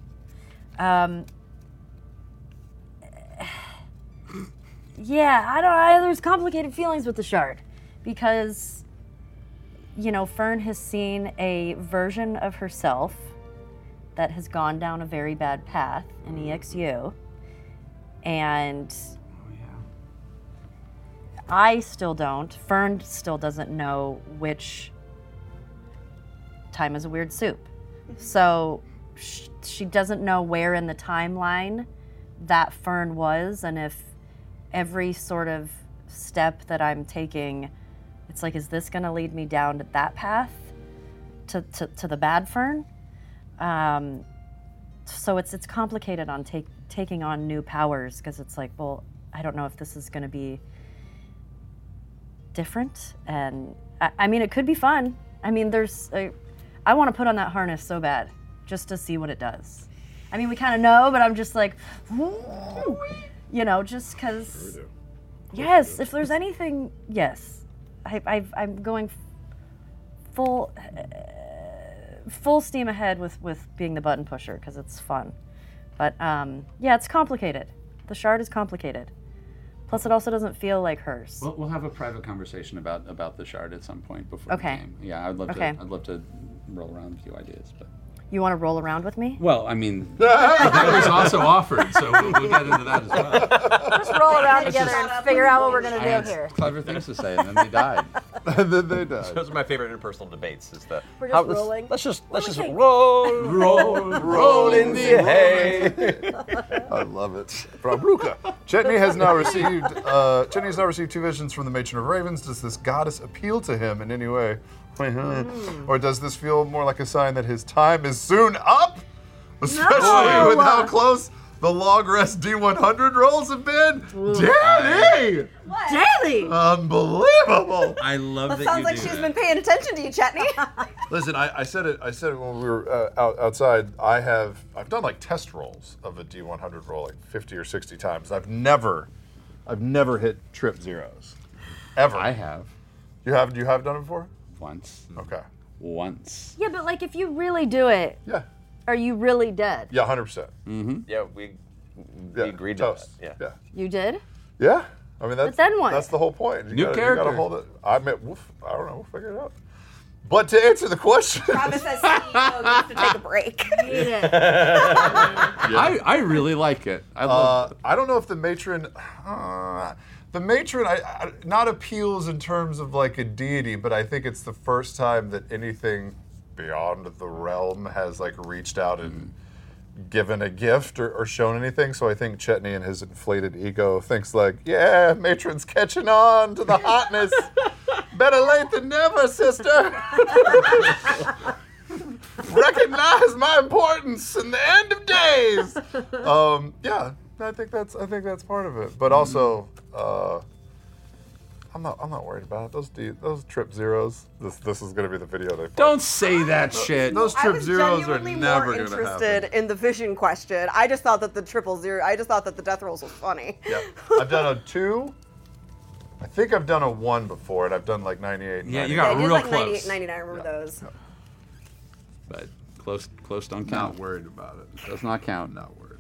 S8: Um, yeah, I don't. I, there's complicated feelings with the shard because, you know, Fern has seen a version of herself that has gone down a very bad path in EXU, and I still don't. Fern still doesn't know which time is a weird soup. So sh- she doesn't know where in the timeline that Fern was, and if every sort of step that I'm taking, it's like, is this going to lead me down to that path, to, to, to the bad Fern? Um, so it's it's complicated on take, taking on new powers because it's like, well, I don't know if this is going to be different and I, I mean it could be fun i mean there's a, i want to put on that harness so bad just to see what it does i mean we kind of know but i'm just like "Ooh," you know just because yes if there's anything yes I, I've, i'm going f- full uh, full steam ahead with with being the button pusher because it's fun but um, yeah it's complicated the shard is complicated plus it also doesn't feel like hers
S3: We'll, we'll have a private conversation about about the shard at some point before
S8: Okay.
S3: the game. Yeah, I'd love
S8: Okay.
S3: to. I'd love to roll around a few ideas, but
S8: You want to roll around with me?
S3: Well, I mean, that was also offered, so we'll, we'll get into that as well.
S5: Just roll around
S7: This
S5: together
S7: is-
S5: and figure out what we're gonna
S3: I
S5: do
S3: had
S5: here.
S3: Clever things to say, and then they died.
S6: and then they died.
S4: Those are my favorite interpersonal debates. Is the
S5: We're just
S4: let's-
S5: rolling.
S4: Let's, just let's just roll, roll, roll in the hay.
S6: I love it. From Ruka. Chetney has now received uh, Chetney has now received two visions from the Matron of Ravens. Does this goddess appeal to him in any way?
S8: Hmm.
S6: or does this feel more like a sign that his time is soon up? Especially
S9: No!
S6: with how close the log rest D100 rolls have been. Danny!
S7: Daily.
S6: Unbelievable!
S3: I love
S7: That sounds like she's been paying attention to you, Chetney.
S6: Listen, I, I said it. I said it when we were uh, out, outside. I have I've done like test rolls of a D100 roll like 50 or 60 times. I've never, I've never hit trip zeros, ever. I
S3: have.
S6: You have? You have done it before?
S3: Once.
S6: Okay.
S3: Once.
S8: Yeah, but like if you really do it,
S6: yeah.
S8: are you really dead?
S6: Yeah, 100. percent
S3: Mm-hmm.
S4: Yeah, we we agreed to that. Yeah.
S8: You did?
S6: Yeah. I mean, that's
S8: then what?
S6: that's the whole point. You
S3: New
S6: gotta, You
S3: character.
S6: gotta hold it. I mean, woof, I don't know. We'll figure it out. But to answer the question,
S7: Travis says CEO needs to take a break.
S9: I, I really like it. I love
S6: Uh, I don't know if the matron, uh, the matron, I, I, not appeals in terms of like a deity, but I think it's the first time that anything beyond the realm has like reached out and
S3: Mm-hmm.
S6: given a gift or, or shown anything. So I think Chetney and his inflated ego thinks like, yeah, matron's catching on to the hotness. Better late than never, sister. Recognize my importance in the end of days. Um, yeah, I think that's I think that's part of it. But also, uh, I'm not I'm not worried about it. Those D, those trip zeros. This this is gonna be the video they.
S9: Don't say that shit.
S6: Those
S7: I
S6: trip
S7: was
S6: zeros are
S7: genuinely
S6: never
S7: more
S6: gonna happen.
S7: interested in the vision question. I just thought that the triple zero. I just thought that the death rolls was funny.
S6: Yeah, I've done a two. I think I've done a one before, and I've done like 98.
S3: Yeah,
S6: 99.
S3: you got
S7: I did
S3: real
S7: like
S3: close.
S7: 98, 99. I remember those.
S3: But close, close don't count.
S9: Not worried about it.
S3: Does not count. Not worried.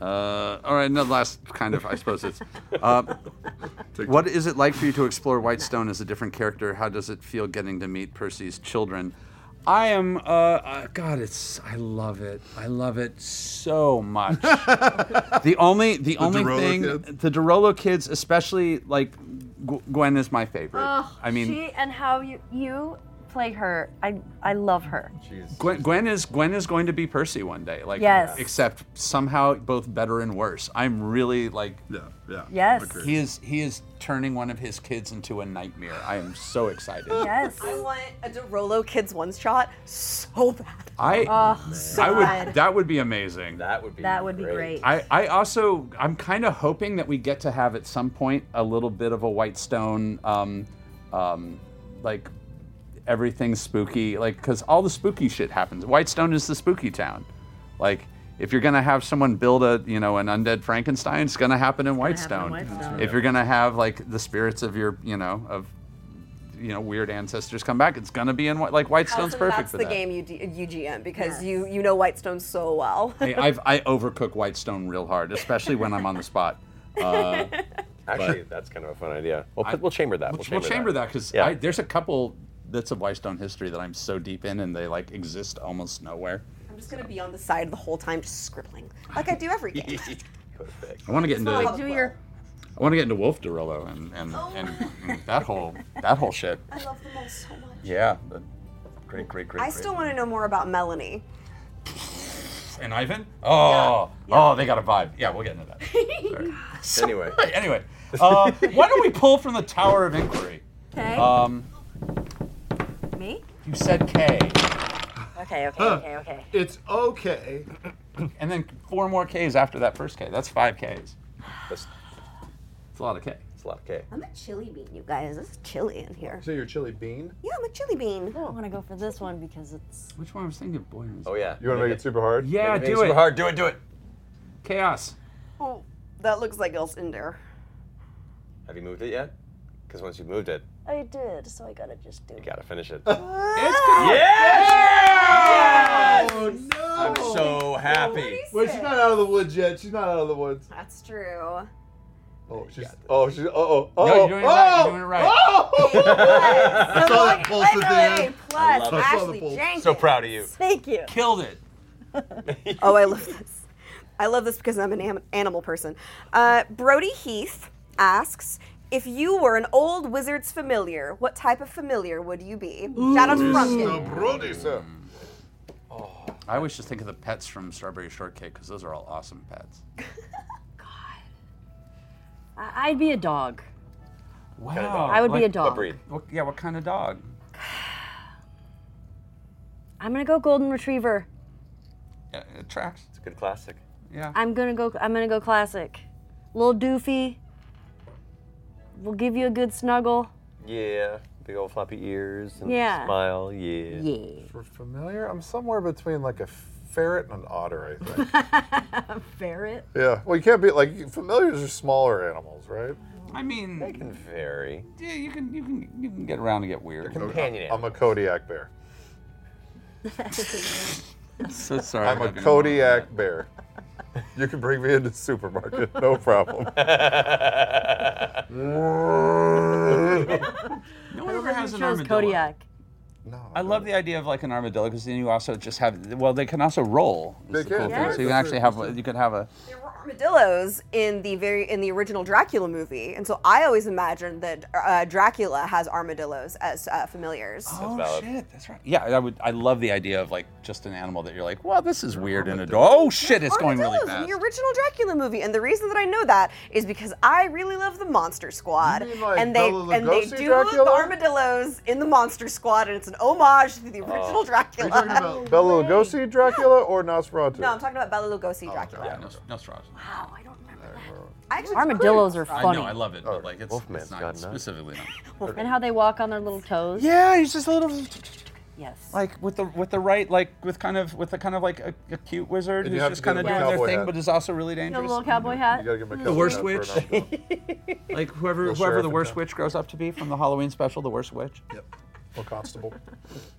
S3: Uh, all right, another last kind of, I suppose it's. Uh, what is it like for you to explore Whitestone as a different character? How does it feel getting to meet Percy's children? I am, uh, uh, God, it's, I love it. I love it so much. the only, the, only
S9: Dorolo
S3: thing,
S9: kids?
S3: the Dorolo kids, especially like Gw- Gwen is my favorite.
S8: Oh,
S3: I mean,
S8: she and how you you play her. I I love her.
S3: Gwen, Gwen is Gwen is going to be Percy one day. Like
S8: Yes.
S3: except somehow both better and worse. I'm really like Yeah, yeah.
S8: Yes. Agreed.
S3: He is he is turning one of his kids into a nightmare. I am so excited.
S7: I want a Derolo Kids one shot so bad.
S3: I
S7: Oh,
S3: I
S7: God.
S3: would that would be amazing.
S4: That would
S8: That would be great.
S3: I, I also I'm kind of hoping that we get to have at some point a little bit of a Whitestone, um, um, like everything's spooky, like because all the spooky shit happens. Whitestone is the spooky town. Like if you're gonna have someone build a you know an undead Frankenstein, it's gonna happen in Whitestone.
S9: Whitestone.
S3: If you're gonna have like the spirits of your you know of you know weird ancestors come back, it's gonna be in Whi- like Whitestone's
S7: Allison,
S3: perfect
S7: That's
S3: for
S7: the
S3: that.
S7: game you, D- you GM because you you know Whitestone so well.
S3: I, I've, I overcook Whitestone real hard, especially when I'm on the spot. Uh,
S4: Actually,
S3: but
S4: that's kind of a fun idea. We'll,
S3: I-
S4: put, we'll chamber that. We'll,
S3: we'll chamber that because
S4: Yeah.
S3: there's a couple bits of Whitestone history that I'm so deep in, and they like exist almost nowhere.
S7: I'm just gonna be on the side the whole time, just scribbling like I do every game.
S3: I want to get into
S7: That's
S3: I
S7: not how- your.
S3: want to get into Wolf Dorillo and and,
S7: Oh.
S3: and, and that whole that whole shit.
S7: I love them all so much.
S3: Yeah, but great, great, great.
S7: I
S3: great.
S7: still want to know more about Melanie.
S3: and Ivan. Oh, oh, they got a vibe. Yeah, we'll get into that. anyway, anyway, uh, why don't we pull from the Tower of Inquiry?
S8: 'Kay.
S3: Um,
S8: Me?
S3: you said K.
S8: Okay. Okay. Okay. Okay.
S6: It's okay.
S3: and then four more Ks after that first K. That's five Ks. That's, that's a lot of K. It's
S4: a lot of K.
S7: I'm a chili bean, you guys. It's chilly in here.
S6: So you're a chili bean?
S7: Yeah, I'm a chili bean. I
S8: don't want to go for this one because it's.
S3: Which one I was thinking of? Boy,
S4: Oh yeah.
S6: You want to make it super hard?
S3: Yeah,
S4: Make it
S3: do
S4: super
S3: it.
S4: hard. Do it. Do it.
S3: Chaos.
S7: Oh, that looks like it's in there.
S4: Have you moved it yet? Because once you've moved it,
S8: I did, so I gotta just do Ah!
S4: you gotta finish it.
S9: Yes!
S4: Oh, no! I'm
S7: Oh,
S4: so happy.
S6: Wait, she's not out of the woods yet. She's not out of the woods.
S7: That's true.
S6: Oh, she's. Oh, she's. Oh, oh, oh.
S9: No, you're doing it right, you're doing it right.
S6: Oh!
S9: I saw that pulse in
S7: Literally,
S9: there.
S7: plus
S4: love it. I saw the
S7: Ashley
S4: pulse.
S7: Jenkins.
S4: So proud of you.
S8: Thank you.
S3: Killed it.
S7: oh, I love this. I love this because I'm an am- animal person. Uh, Brody Heath asks if you were an old wizard's familiar, what type of familiar would you be?
S6: Oh!
S7: Shout out to Frumpkin.
S9: Brody, sir.
S4: Oh.
S3: I always just think of the pets from Strawberry Shortcake because those are all awesome pets.
S8: I- I'd be a dog.
S3: Wow.
S8: of dog? I would be Like- a dog. what breed?
S3: What- yeah, what kind of dog?
S8: I'm gonna go golden retriever.
S3: Yeah, it tracks.
S4: It's a good classic.
S3: Yeah.
S8: I'm gonna go. I'm gonna go classic. Little doofy. We'll give you a good snuggle.
S4: Yeah, big old floppy ears and
S8: Yeah.
S4: smile. Yeah.
S8: Yeah.
S6: For familiar, I'm somewhere between like a ferret and an otter, I think.
S8: Ferret.
S6: yeah. Well, you can't be like familiars are smaller animals, right?
S3: I mean, they
S4: can vary.
S3: Yeah, you can you can you can get around and get weird.
S6: Companion I'm a Kodiak bear.
S3: so sorry.
S6: I'm
S3: I
S6: a
S3: didn't know
S6: Kodiak bear. You can bring me into the supermarket, no problem.
S3: No
S8: I
S3: one
S8: love
S3: ever
S8: that
S3: has
S8: you
S3: an
S8: chose
S3: armadillo.
S8: Kodiak.
S3: I love the idea of like an armadillo because then you also just have well they can also roll. is
S7: They
S3: the
S7: can,
S3: cool thing.
S7: yeah,
S3: So you can
S7: that's
S3: actually
S7: true,
S3: have you could have a
S7: Armadillos in the very in the original Dracula movie, and so I always imagined that uh, Dracula has armadillos as uh, familiars.
S3: oh shit that's right yeah I would I love the idea of like just an animal that you're like well this is weird and adorable oh shit it's going really
S7: Armadillos in
S3: fast.
S7: the original Dracula movie, and the reason that I know that is because I really love the Monster Squad,
S9: like
S7: and they
S9: Bela
S7: and they
S9: Lugosi
S7: do
S9: Dracula?
S7: the armadillos in the Monster Squad, and it's an homage to the
S3: Oh.
S7: original Dracula.
S6: Bela Lugosi Dracula or Nosferatu?
S7: no, I'm talking about Bela Lugosi
S3: Oh,
S7: Dracula.
S3: Yeah, no, no straws.
S7: Wow, I don't remember that. I actually
S8: Armadillos are
S3: I
S8: funny.
S3: know I love
S6: Oh,
S3: it but like it's, it's not specifically not.
S8: And how they walk on their little toes.
S3: Yeah, he's just a little.
S8: Yes.
S3: like with the with the right like with kind of with the kind of like a, a cute wizard
S6: And you
S3: who's
S6: have
S3: just
S6: to give
S3: kind of
S6: him a
S3: doing their
S6: cowboy
S3: thing
S6: hat.
S3: but is also really
S8: You know, the
S3: dangerous.
S8: little cowboy hat.
S6: You gotta give him a
S3: The
S6: cowboy
S3: worst
S6: hat for an
S3: witch.
S6: armadillo.
S3: like whoever
S6: Little
S3: whoever
S6: sheriff
S3: the
S6: in
S3: worst
S6: town.
S3: witch grows up to be from the Halloween special, the worst witch.
S6: Yep. Little constable.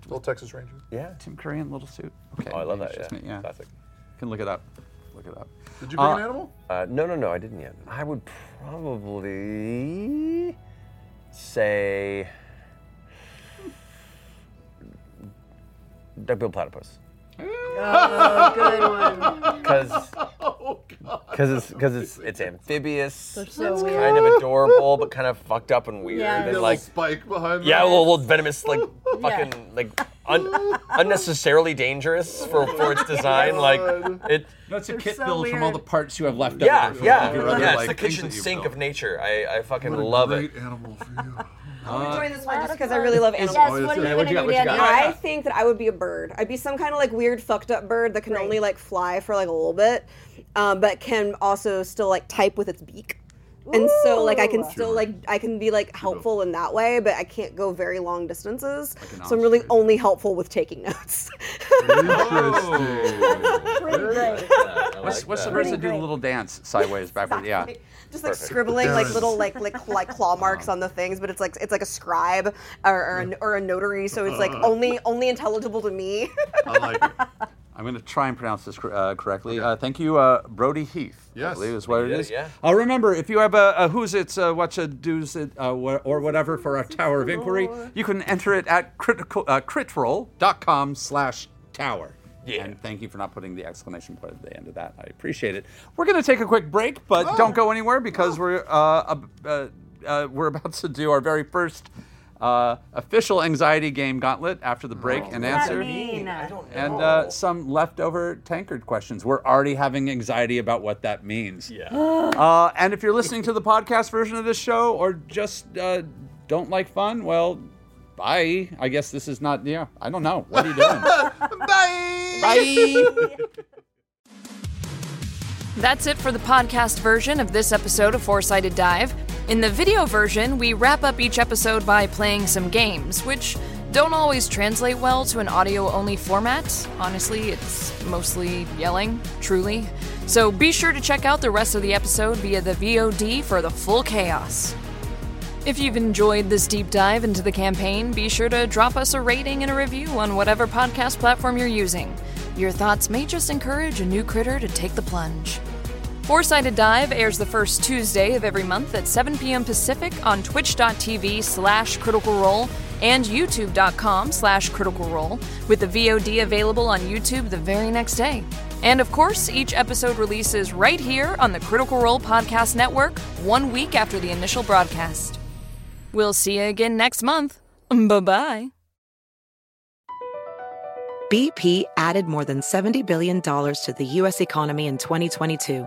S6: Little Texas Ranger.
S4: Yeah.
S3: Tim Curry in little suit. Okay.
S4: Oh, I love
S3: maybe
S4: that,
S3: it's just
S4: yeah.
S3: me, yeah.
S4: Classic.
S3: Can look it up. Look it up.
S6: Did
S4: you bring an
S6: animal?
S4: Uh, no, no, no, I didn't yet. I would probably say duck-billed platypus
S9: Oh, good one.
S4: because
S9: Oh, God.
S4: because it's because it's it's amphibious.
S9: They're so
S4: it's
S9: weird.
S4: kind of adorable, but kind of fucked up and weird.
S9: Yeah.
S4: and
S9: Get a little
S4: like
S6: spike behind.
S4: Yeah,
S9: them.
S4: well, well, venomous, like fucking like un- unnecessarily dangerous for, for its design. Like it.
S3: That's a kit
S4: so
S3: build from all the parts you have left
S4: Yeah,
S3: over. from all
S4: yeah,
S3: of your other,
S4: yeah. It's
S3: like,
S4: the
S3: things
S4: kitchen
S3: that you've
S4: sink
S3: built.
S4: of nature. I I fucking
S3: What a
S4: love
S3: great
S4: it.
S6: animal for
S4: you. Uh,
S7: I'm enjoying this one just because I really love
S4: Yes,
S7: animals.
S4: what are you Yeah, what you gonna got, do, what you Danny? got?
S7: I think that I would be a bird. I'd be some kind of like weird, fucked up bird that can only like fly for like a little bit, um, but can also still like type with its beak. And so like I can
S8: Ooh.
S7: still like I can be like helpful in that way, but I can't go very long distances.
S3: an
S7: so I'm really only helpful with taking notes.
S3: What's, what's the
S7: Pretty
S3: person that do the
S7: great.
S3: little dance sideways backward? Yeah.
S7: Just like
S3: Perfect.
S7: scribbling like
S3: Yes.
S7: little like like like
S4: Uh-huh.
S7: claw marks on the things, but it's like it's like a scribe or, or, a, or a notary, so it's like
S4: Uh-huh.
S7: only only intelligible to me.
S3: I'm going to try and pronounce this cor- uh, correctly. Uh, thank you, uh, Brody Heath. I
S4: Yes.
S3: believe is what
S4: You
S3: it
S4: did it,
S3: is.
S4: yeah.
S3: Uh, remember, if you have a, a who's it's, uh, what's a do's it, uh, wha- or whatever for our Tower of Inquiry, you can enter it at critical, uh, critroll.com slash tower. Yeah. And thank you for not putting the exclamation point at the end of that. I appreciate it. We're going to take a quick break, but
S4: Oh.
S3: don't go anywhere because we're uh, ab- uh, uh, we're about to do our very first uh, official anxiety game gauntlet after the break
S4: Oh.
S3: and answer and uh, some leftover tankard questions. We're already having anxiety about what that means. Yeah. uh, and if you're listening to the podcast version of this show or just uh, don't like fun, well, bye. I guess this is not. Yeah, I don't know. What are you doing?
S9: Bye.
S3: Bye.
S2: That's it for the podcast version of this episode of Foresighted Dive. In the video version, we wrap up each episode by playing some games, which don't always translate well to an audio only format. Honestly, it's mostly yelling, truly. So be sure to check out the rest of the episode via the VOD for the full chaos. If you've enjoyed this deep dive into the campaign, be sure to drop us a rating and a review on whatever podcast platform you're using. Your thoughts may just encourage a new critter to take the plunge. Foresighted Dive airs the first Tuesday of every month at 7 p.m. Pacific on twitch.tv slash critical role and youtube.com slash critical role, with the VOD available on YouTube the very next day. And of course, each episode releases right here on the Critical Role Podcast Network one week after the initial broadcast. We'll see you again next month. Bye bye.
S12: BP added more than $70 billion to the U.S. economy in 2022.